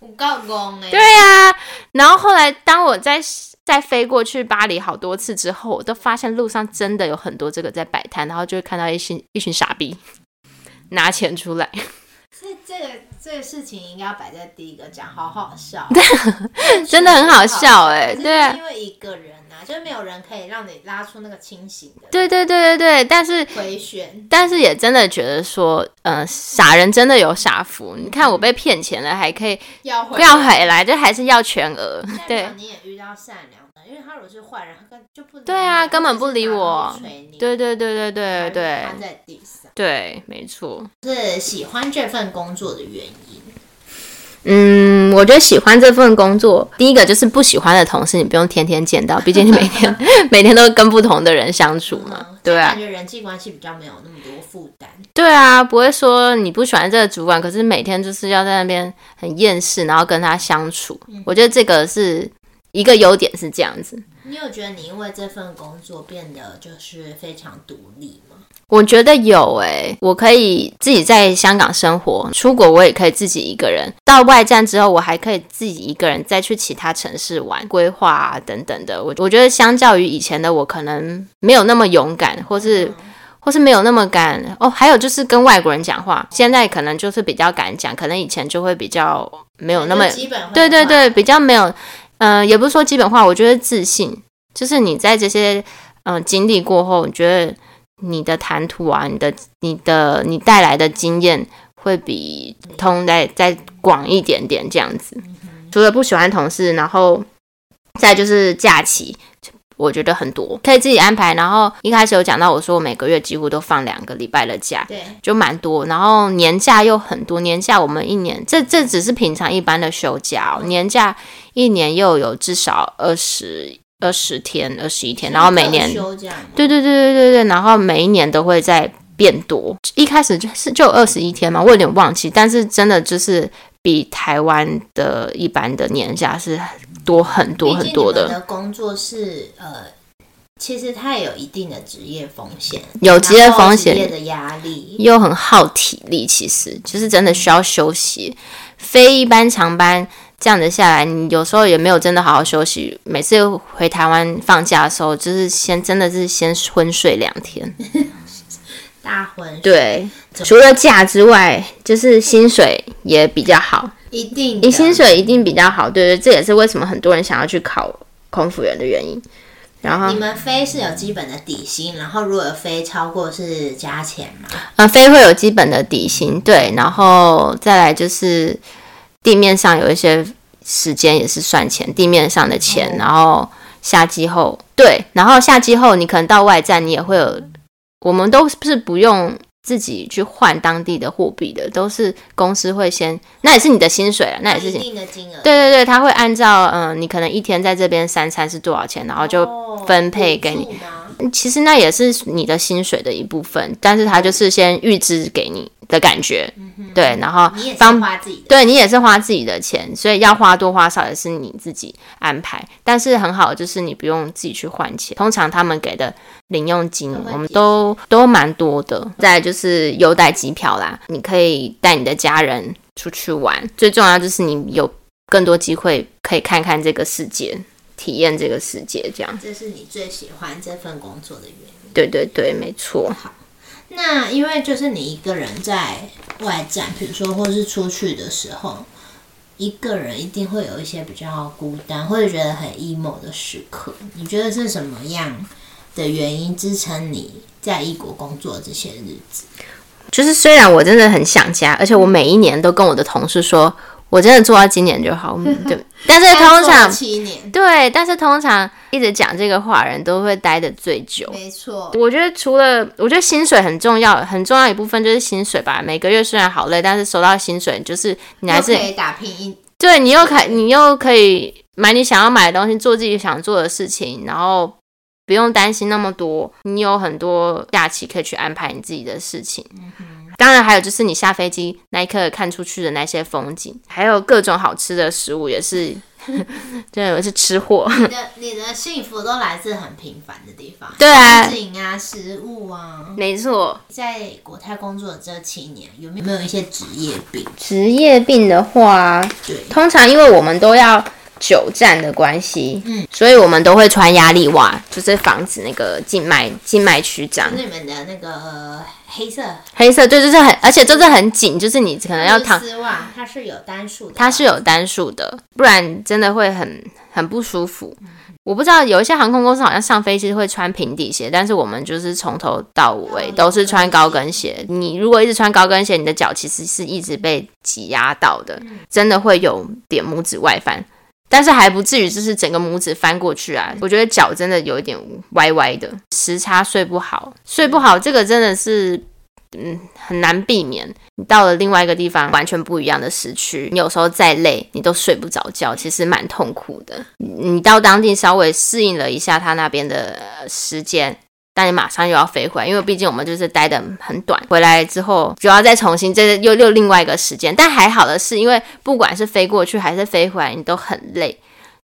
[SPEAKER 2] 我告公哎，
[SPEAKER 1] 对呀、然后后来当我在在飞过去巴黎好多次之后，我都发现路上真的有很多这个在摆摊，然后就会看到一群一群傻逼拿钱出来。
[SPEAKER 2] 这这个这个事情应该要摆在第一个讲，好好笑，
[SPEAKER 1] 真的很好笑哎
[SPEAKER 2] 可是
[SPEAKER 1] 对啊
[SPEAKER 2] 因为一个人啊，就是没有人可以让你拉出那个清醒的
[SPEAKER 1] 对对对对对，但是
[SPEAKER 2] 回旋，
[SPEAKER 1] 但是也真的觉得说，呃，傻人真的有傻福。你看我被骗钱了，还可以
[SPEAKER 2] 要
[SPEAKER 1] 不
[SPEAKER 2] 回
[SPEAKER 1] 要回来，就还是要全额。
[SPEAKER 2] 代
[SPEAKER 1] 对
[SPEAKER 2] 表你也遇到善良的，因为他如果是坏人，他根本就不能
[SPEAKER 1] 对啊
[SPEAKER 2] 来
[SPEAKER 1] 根本不理我
[SPEAKER 2] 就是打你捶你，
[SPEAKER 1] 对对对对对
[SPEAKER 2] 把
[SPEAKER 1] 对
[SPEAKER 2] 你摊在地上，
[SPEAKER 1] 对，没错。
[SPEAKER 2] 是喜欢这份工作的原因。
[SPEAKER 1] 嗯，我觉得喜欢这份工作，第一个就是不喜欢的同事，你不用天天见到，毕竟你每天 每天都跟不同的人相处嘛
[SPEAKER 2] 嗯，
[SPEAKER 1] 对啊
[SPEAKER 2] 感，觉人际关系比较没有那么多负担，
[SPEAKER 1] 对啊，不会说你不喜欢这个主管，可是每天就是要在那边很厌世，然后跟他相处。我觉得这个是一个优点，是这样子。
[SPEAKER 2] 你有觉得你因为这份工作变得就是非常独立吗？
[SPEAKER 1] 我觉得有诶、我可以自己在香港生活，出国我也可以自己一个人。到外站之后，我还可以自己一个人再去其他城市玩，规划啊等等的。我我觉得相较于以前的我，可能没有那么勇敢，或是
[SPEAKER 2] 嗯
[SPEAKER 1] 或是没有那么敢哦。还有就是跟外国人讲话，现在可能就是比较敢讲，可能以前就会比较没有那么
[SPEAKER 2] 就基本会
[SPEAKER 1] 对对
[SPEAKER 2] 换
[SPEAKER 1] 对，比较没有，嗯，也不是说基本化，我觉得自信就是你在这些嗯、呃经历过后，你觉得你的谈吐啊，你的你的你带来的经验会比
[SPEAKER 2] 嗯
[SPEAKER 1] 通再再广一点点这样子。除了不喜欢同事，然后再就是假期，我觉得很多可以自己安排。然后一开始有讲到，我说我每个月几乎都放两个礼拜的假，
[SPEAKER 2] 对，
[SPEAKER 1] 就蛮多。然后年假又很多，年假我们一年这这只是平常一般的休假、哦，年假一年又有至少二十二十天、二十一天，然后每年
[SPEAKER 2] 休这样，
[SPEAKER 1] 对对对对对对，然后每一年都会在变多。一开始就是就二十一天嘛，我有点忘记，但是真的就是比台湾的一般的年假是多很多很多
[SPEAKER 2] 毕竟你
[SPEAKER 1] 的，
[SPEAKER 2] 们的工作是呃，其实它也有一定的职业风险，
[SPEAKER 1] 有职业风
[SPEAKER 2] 然后职业
[SPEAKER 1] 险，
[SPEAKER 2] 的压力，
[SPEAKER 1] 又很耗体力，其实就是真的需要休息。非一般长班这样子下来，你有时候也没有真的好好休息。每次回台湾放假的时候，就是先真的是先昏睡两天。
[SPEAKER 2] 大婚
[SPEAKER 1] 对，
[SPEAKER 2] 怎么
[SPEAKER 1] 除了假之外，就是薪水也比较好，
[SPEAKER 2] 一定的
[SPEAKER 1] 你薪水一定比较好，对对，这也是为什么很多人想要去考空服员的原因。然后
[SPEAKER 2] 你，们飞是有基本的底薪，然后如果飞超过是加钱嘛？
[SPEAKER 1] 呃，飞会有基本的底薪，对，然后再来就是地面上有一些时间也是算钱，地面上的钱，
[SPEAKER 2] 哦
[SPEAKER 1] 然后下机后，对，然后下机后你可能到外站，你也会有，我们都是不用自己去换当地的货币的，都是公司会先，那也是你的薪水啊，那也是你
[SPEAKER 2] 一定的金额，
[SPEAKER 1] 对对对，他会按照嗯、呃你可能一天在这边三餐是多少钱，然后就、
[SPEAKER 2] 哦
[SPEAKER 1] 分配给你
[SPEAKER 2] 补助吗。
[SPEAKER 1] 其实那也是你的薪水的一部分，但是他就是先预支给你的感觉，
[SPEAKER 2] 嗯
[SPEAKER 1] 对，然后
[SPEAKER 2] 你也是
[SPEAKER 1] 方
[SPEAKER 2] 花自己的，
[SPEAKER 1] 哦对你也是花自己的钱，所以要花多花少也是你自己安排。但是很好，就是你不用自己去换钱。通常他们给的零用金
[SPEAKER 2] 都会，
[SPEAKER 1] 我们都都蛮多的。再来就是优待机票啦，你可以带你的家人出去玩。最重要就是你有更多机会可以看看这个世界，体验这个世界。这样，
[SPEAKER 2] 这是你最喜欢这份工作的原因。
[SPEAKER 1] 对对对，没错。
[SPEAKER 2] 那因为就是你一个人在外站，比如说或是出去的时候，一个人一定会有一些比较孤单，或者觉得很 emo 的时刻。你觉得是什么样的原因支撑你在异国工作这些日子？
[SPEAKER 1] 就是虽然我真的很想家，而且我每一年都跟我的同事说，我真的做到今年就好。对，但是通常
[SPEAKER 2] 七年，
[SPEAKER 1] 对，但是通常一直讲这个话的人都会待的最久。
[SPEAKER 2] 没错，
[SPEAKER 1] 我觉得除了我觉得薪水很重要，很重要一部分就是薪水吧。每个月虽然好累，但是收到薪水就是你还是
[SPEAKER 2] 又可以打拼一
[SPEAKER 1] 对你又可你又可以买你想要买的东西，做自己想做的事情，然后不用担心那么多。你有很多假期可以去安排你自己的事情。当然，还有就是你下飞机那一刻看出去的那些风景，还有各种好吃的食物，也 是，对，我是吃 货。
[SPEAKER 2] 你的你的幸福都来自很平凡的地方，
[SPEAKER 1] 对啊
[SPEAKER 2] 风景啊，食物啊。
[SPEAKER 1] 没错，
[SPEAKER 2] 在国泰工作的这七年，有没有没有一些职业病？
[SPEAKER 1] 职业病的话，
[SPEAKER 2] 对，
[SPEAKER 1] 通常因为我们都要久站的关系，嗯，所以我们都会穿压力袜，就是防止那个静脉静脉曲张
[SPEAKER 2] 就是。你们的那个、呃黑色
[SPEAKER 1] 黑色对，就是很，而且就是很紧，就是你可能要躺，
[SPEAKER 2] 丝袜，它是有单数的吧，
[SPEAKER 1] 它是有单数的，不然真的会很很不舒服。我不知道有一些航空公司好像上飞机会穿平底鞋，但是我们就是从头到尾都是穿高跟鞋。你如果一直穿高跟鞋，你的脚其实是一直被挤压到的，真的会有点拇指外翻。但是还不至于就是整个拇指翻过去啊，我觉得脚真的有一点歪歪的，时差睡不好，睡不好这个真的是嗯很难避免。你到了另外一个地方，完全不一样的时区，你有时候再累，你都睡不着觉，其实蛮痛苦的。你你到当地稍微适应了一下他那边的呃时间。但你马上又要飞回来，因为毕竟我们就是待的很短，回来之后就要再重新这又又另外一个时间。但还好的是，因为不管是飞过去还是飞回来，你都很累，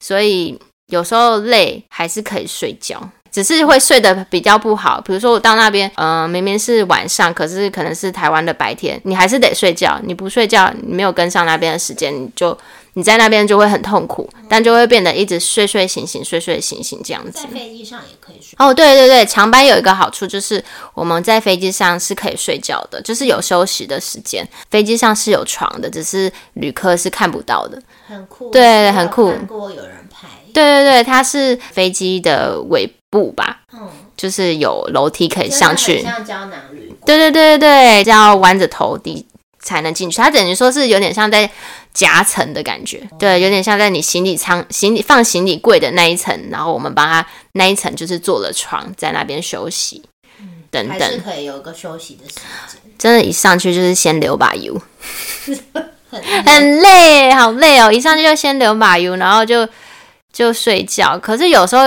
[SPEAKER 1] 所以有时候累还是可以睡觉，只是会睡得比较不好。比如说我到那边，嗯、明明是晚上，可是可能是台湾的白天，你还是得睡觉。你不睡觉，你没有跟上那边的时间，你就你在那边就会很痛苦，但就会变得一直睡睡醒醒，睡睡醒醒这样子
[SPEAKER 2] 在。飞机上也可以睡。
[SPEAKER 1] 哦，对对对，长班有一个好处就是我们在飞机上是可以睡觉的，就是有休息的时间。飞机上是有床的，只是旅客是看不到的。
[SPEAKER 2] 很酷，啊
[SPEAKER 1] 对
[SPEAKER 2] 我有
[SPEAKER 1] 很酷
[SPEAKER 2] 看过有人拍，
[SPEAKER 1] 对对对，它是飞机的尾部吧，
[SPEAKER 2] 嗯，
[SPEAKER 1] 就是有楼梯可以
[SPEAKER 2] 真的
[SPEAKER 1] 上去
[SPEAKER 2] 很。像胶囊旅馆，
[SPEAKER 1] 对对对对对，这样弯着头低才能进去。它等于说是有点像在夹层的感觉，对，有点像在你行李仓、行李放行李柜的那一层，然后我们帮他那一层就是做了床，在那边休息等
[SPEAKER 2] 还是
[SPEAKER 1] 等。
[SPEAKER 2] 可以有一个休息的时间。
[SPEAKER 1] 真的，一上去就是先流把油，
[SPEAKER 2] 很
[SPEAKER 1] 很累，好累哦！一上去就先流马油，然后就就睡觉。可是有时候，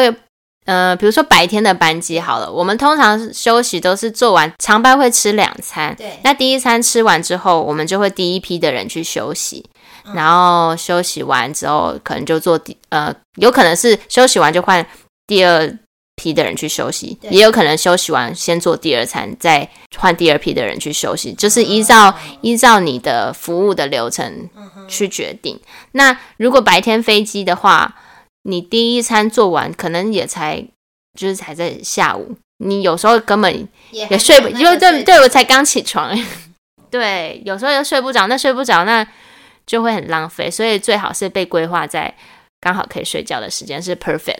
[SPEAKER 1] 呃，比如说白天的班机好了，我们通常休息都是做完长班会吃两餐，
[SPEAKER 2] 对
[SPEAKER 1] 那第一餐吃完之后，我们就会第一批的人去休息。
[SPEAKER 2] 嗯
[SPEAKER 1] 然后休息完之后，可能就做第呃，有可能是休息完就换第二批的人去休息，
[SPEAKER 2] 对
[SPEAKER 1] 也有可能休息完先做第二餐，再换第二批的人去休息，就是依照、依照你的服务的流程
[SPEAKER 2] 嗯哼
[SPEAKER 1] 去决定。那如果白天飞机的话，你第一餐做完，可能也才就是才在下午，你有时候根本
[SPEAKER 2] 也
[SPEAKER 1] 也
[SPEAKER 2] 还
[SPEAKER 1] 睡不，
[SPEAKER 2] 没有
[SPEAKER 1] 因为
[SPEAKER 2] 那个
[SPEAKER 1] 对对我才刚起床， 对，有时候又睡不着，那睡不着那就会很浪费，所以最好是被规划在。刚好可以睡觉的时间是 perfect，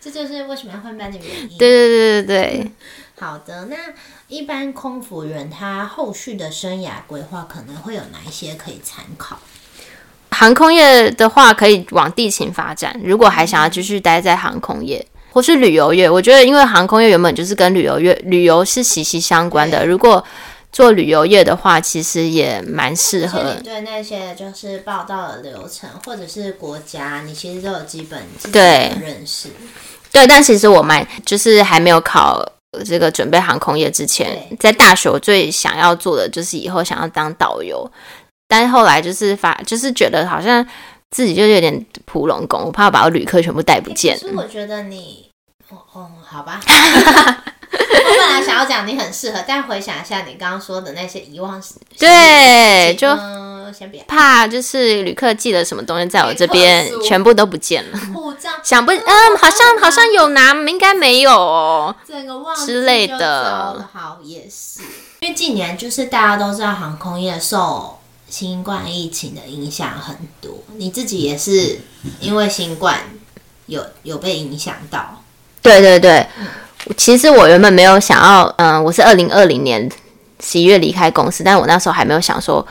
[SPEAKER 2] 这就是为什么要换班的原因。
[SPEAKER 1] 对，对对对对
[SPEAKER 2] 好的，那一般空服员他后续的生涯规划可能会有哪一些可以参考？
[SPEAKER 1] 航空业的话，可以往地勤发展。如果还想要继续待在航空业，或是旅游业，我觉得因为航空业原本就是跟旅游业、旅游是息息相关的。
[SPEAKER 2] 对
[SPEAKER 1] 如果做旅游业的话，其实也蛮适
[SPEAKER 2] 而且
[SPEAKER 1] 合
[SPEAKER 2] 你。对那些就是报道的流程或者是国家，你其实都有基本自己
[SPEAKER 1] 对
[SPEAKER 2] 的认识。
[SPEAKER 1] 对，但其实我蛮就是还没有考这个准备航空业之前
[SPEAKER 2] 对，
[SPEAKER 1] 在大学我最想要做的就是以后想要当导游，但后来就是发就是觉得好像自己就有点普龙工，我怕把我旅客全部带不见。
[SPEAKER 2] 可是哎我觉得你，哦哦，好 吧。我本来想要讲你很适合，但回想一下你刚刚说的那些遗忘事，
[SPEAKER 1] 对，
[SPEAKER 2] 情
[SPEAKER 1] 就
[SPEAKER 2] 嗯先别
[SPEAKER 1] 怕就是旅客寄了什么东西在我这边
[SPEAKER 2] 旅客，数
[SPEAKER 1] 全部都不见了。
[SPEAKER 2] 护照，
[SPEAKER 1] 想不，嗯，好像好像有拿，应该没有哦。
[SPEAKER 2] 这个忘记
[SPEAKER 1] 之类的
[SPEAKER 2] 就糟了好也是，因为近年就是大家都知道航空业受新冠疫情的影响很多，你自己也是因为新冠有有被影响到，
[SPEAKER 1] 对对对，其实我原本没有想要，嗯，我是二零二零年十一月离开公司，但我那时候还没有想说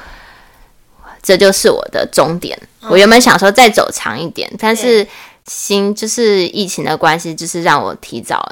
[SPEAKER 1] 这就是我的终点。我原本想说再走长一点，但是新就是疫情的关系，就是让我提早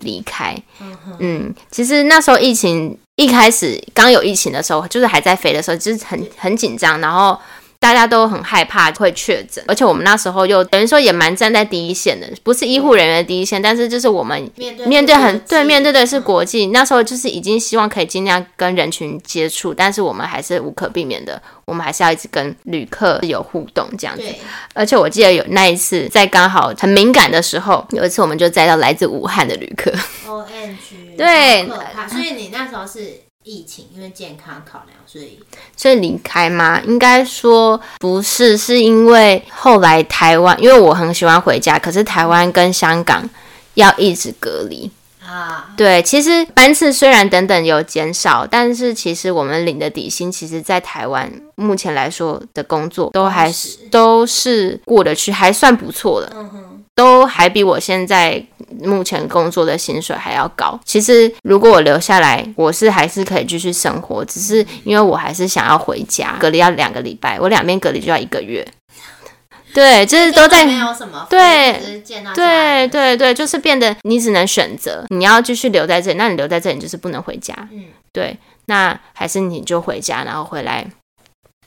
[SPEAKER 1] 离开。
[SPEAKER 2] 嗯哼，
[SPEAKER 1] 嗯，其实那时候疫情一开始刚有疫情的时候，就是还在飞的时候，就是很很紧张，然后大家都很害怕会确诊，而且我们那时候又等于说也蛮站在第一线的，不是医护人员的第一线，但是就是我们
[SPEAKER 2] 面对
[SPEAKER 1] 面对很
[SPEAKER 2] 国际
[SPEAKER 1] 对面对的是
[SPEAKER 2] 嗯
[SPEAKER 1] 国际，那时候就是已经希望可以尽量跟人群接触，但是我们还是无可避免的，我们还是要一直跟旅客有互动这样子。
[SPEAKER 2] 对，
[SPEAKER 1] 而且我记得有那一次在刚好很敏感的时候，有一次我们就载到来自武汉的旅客。
[SPEAKER 2] O N G，
[SPEAKER 1] 对
[SPEAKER 2] 可怕。所以你那时候是疫情，因为健康考量，所以
[SPEAKER 1] 所以离开吗？应该说不是，是因为后来台湾，因为我很喜欢回家，可是台湾跟香港要一直隔离。
[SPEAKER 2] 啊，
[SPEAKER 1] 对，其实班次虽然等等有减少，但是其实我们领的底薪，其实在台湾目前来说的工作都还是都是过得去，还算不错了。
[SPEAKER 2] 嗯哼，
[SPEAKER 1] 都还比我现在目前工作的薪水还要高。其实如果我留下来，我是还是可以继续生活，只是因为我还是想要回家，隔离要两个礼拜，我两边隔离就要一个月。对，就是都在
[SPEAKER 2] 根本没有什么，
[SPEAKER 1] 对
[SPEAKER 2] 只是见到家
[SPEAKER 1] 对
[SPEAKER 2] 人，
[SPEAKER 1] 对对，就是变得你只能选择，你要继续留在这里，那你留在这里你就是不能回家。
[SPEAKER 2] 嗯，
[SPEAKER 1] 对，那还是你就回家，然后回来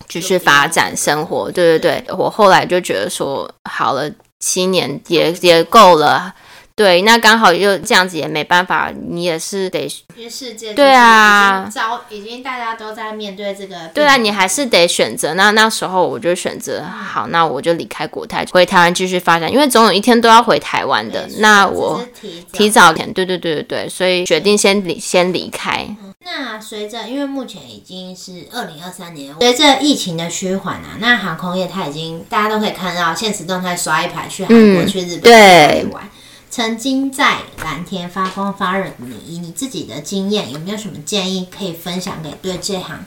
[SPEAKER 1] 继续发展生活。对对对，我后来就觉得说，好了，七年也也够了。对，那刚好又这样子也没办法，你也是得
[SPEAKER 2] 因为世界
[SPEAKER 1] 对啊
[SPEAKER 2] 就是已经招已经大家都在面对这个，
[SPEAKER 1] 对啊，你还是得选择。那那时候我就选择，好，那我就离开国泰，回台湾继续发展，因为总有一天都要回台湾的
[SPEAKER 2] 对。
[SPEAKER 1] 那
[SPEAKER 2] 只是
[SPEAKER 1] 我
[SPEAKER 2] 提早
[SPEAKER 1] 提早点，对对对对对，所以决定先离先离开。
[SPEAKER 2] 那随着，因为目前已经是二零二三年，随着疫情的趋缓啊，那航空业它已经大家都可以看到，现实动态刷一排去韩国、
[SPEAKER 1] 嗯
[SPEAKER 2] 去日本、
[SPEAKER 1] 对
[SPEAKER 2] 去哪里玩。曾经在蓝天发光发热的你，以你自己的经验，有没有什么建议可以分享给对这行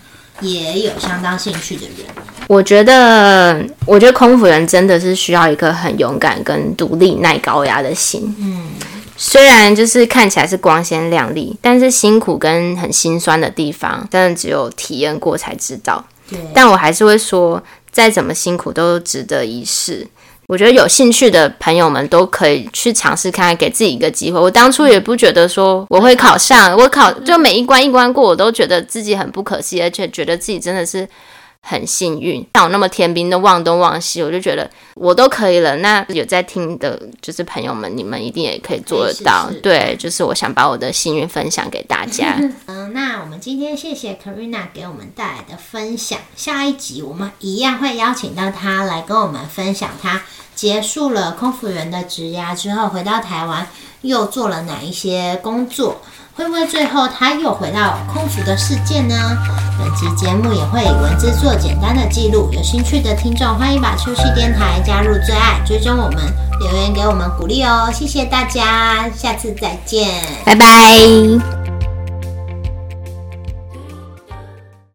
[SPEAKER 2] 也有相当兴趣的人？
[SPEAKER 1] 我觉得，我觉得空服员真的是需要一颗很勇敢跟独立、耐高压的心。
[SPEAKER 2] 嗯，
[SPEAKER 1] 虽然就是看起来是光鲜亮丽，但是辛苦跟很心酸的地方，真的只有体验过才知道。
[SPEAKER 2] 对，
[SPEAKER 1] 但我还是会说，再怎么辛苦都值得一试。我觉得有兴趣的朋友们都可以去尝试看看，给自己一个机会。我当初也不觉得说我会考上，我考就每一关一关过，我都觉得自己很不可惜，而且觉得自己真的是很幸运。像我那么天兵的忘东忘西，我就觉得我都可以了。那有在听的，就是朋友们，你们一定也可以做得到。
[SPEAKER 2] 可以试试
[SPEAKER 1] 对，就是我想把我的幸运分享给大 家。
[SPEAKER 2] 嗯，那我们今天谢谢 Karina 给我们带来的分享。下一集我们一样会邀请到她来跟我们分享她结束了空服员的职涯之后，回到台湾又做了哪一些工作，会不会最后她又回到空服的世界呢？本集节目也会以文字做简单的记录，有兴趣的听众欢迎把休息电台加入最爱，追踪我们，留言给我们鼓励哦，谢谢大家，下次再见。
[SPEAKER 1] 拜拜。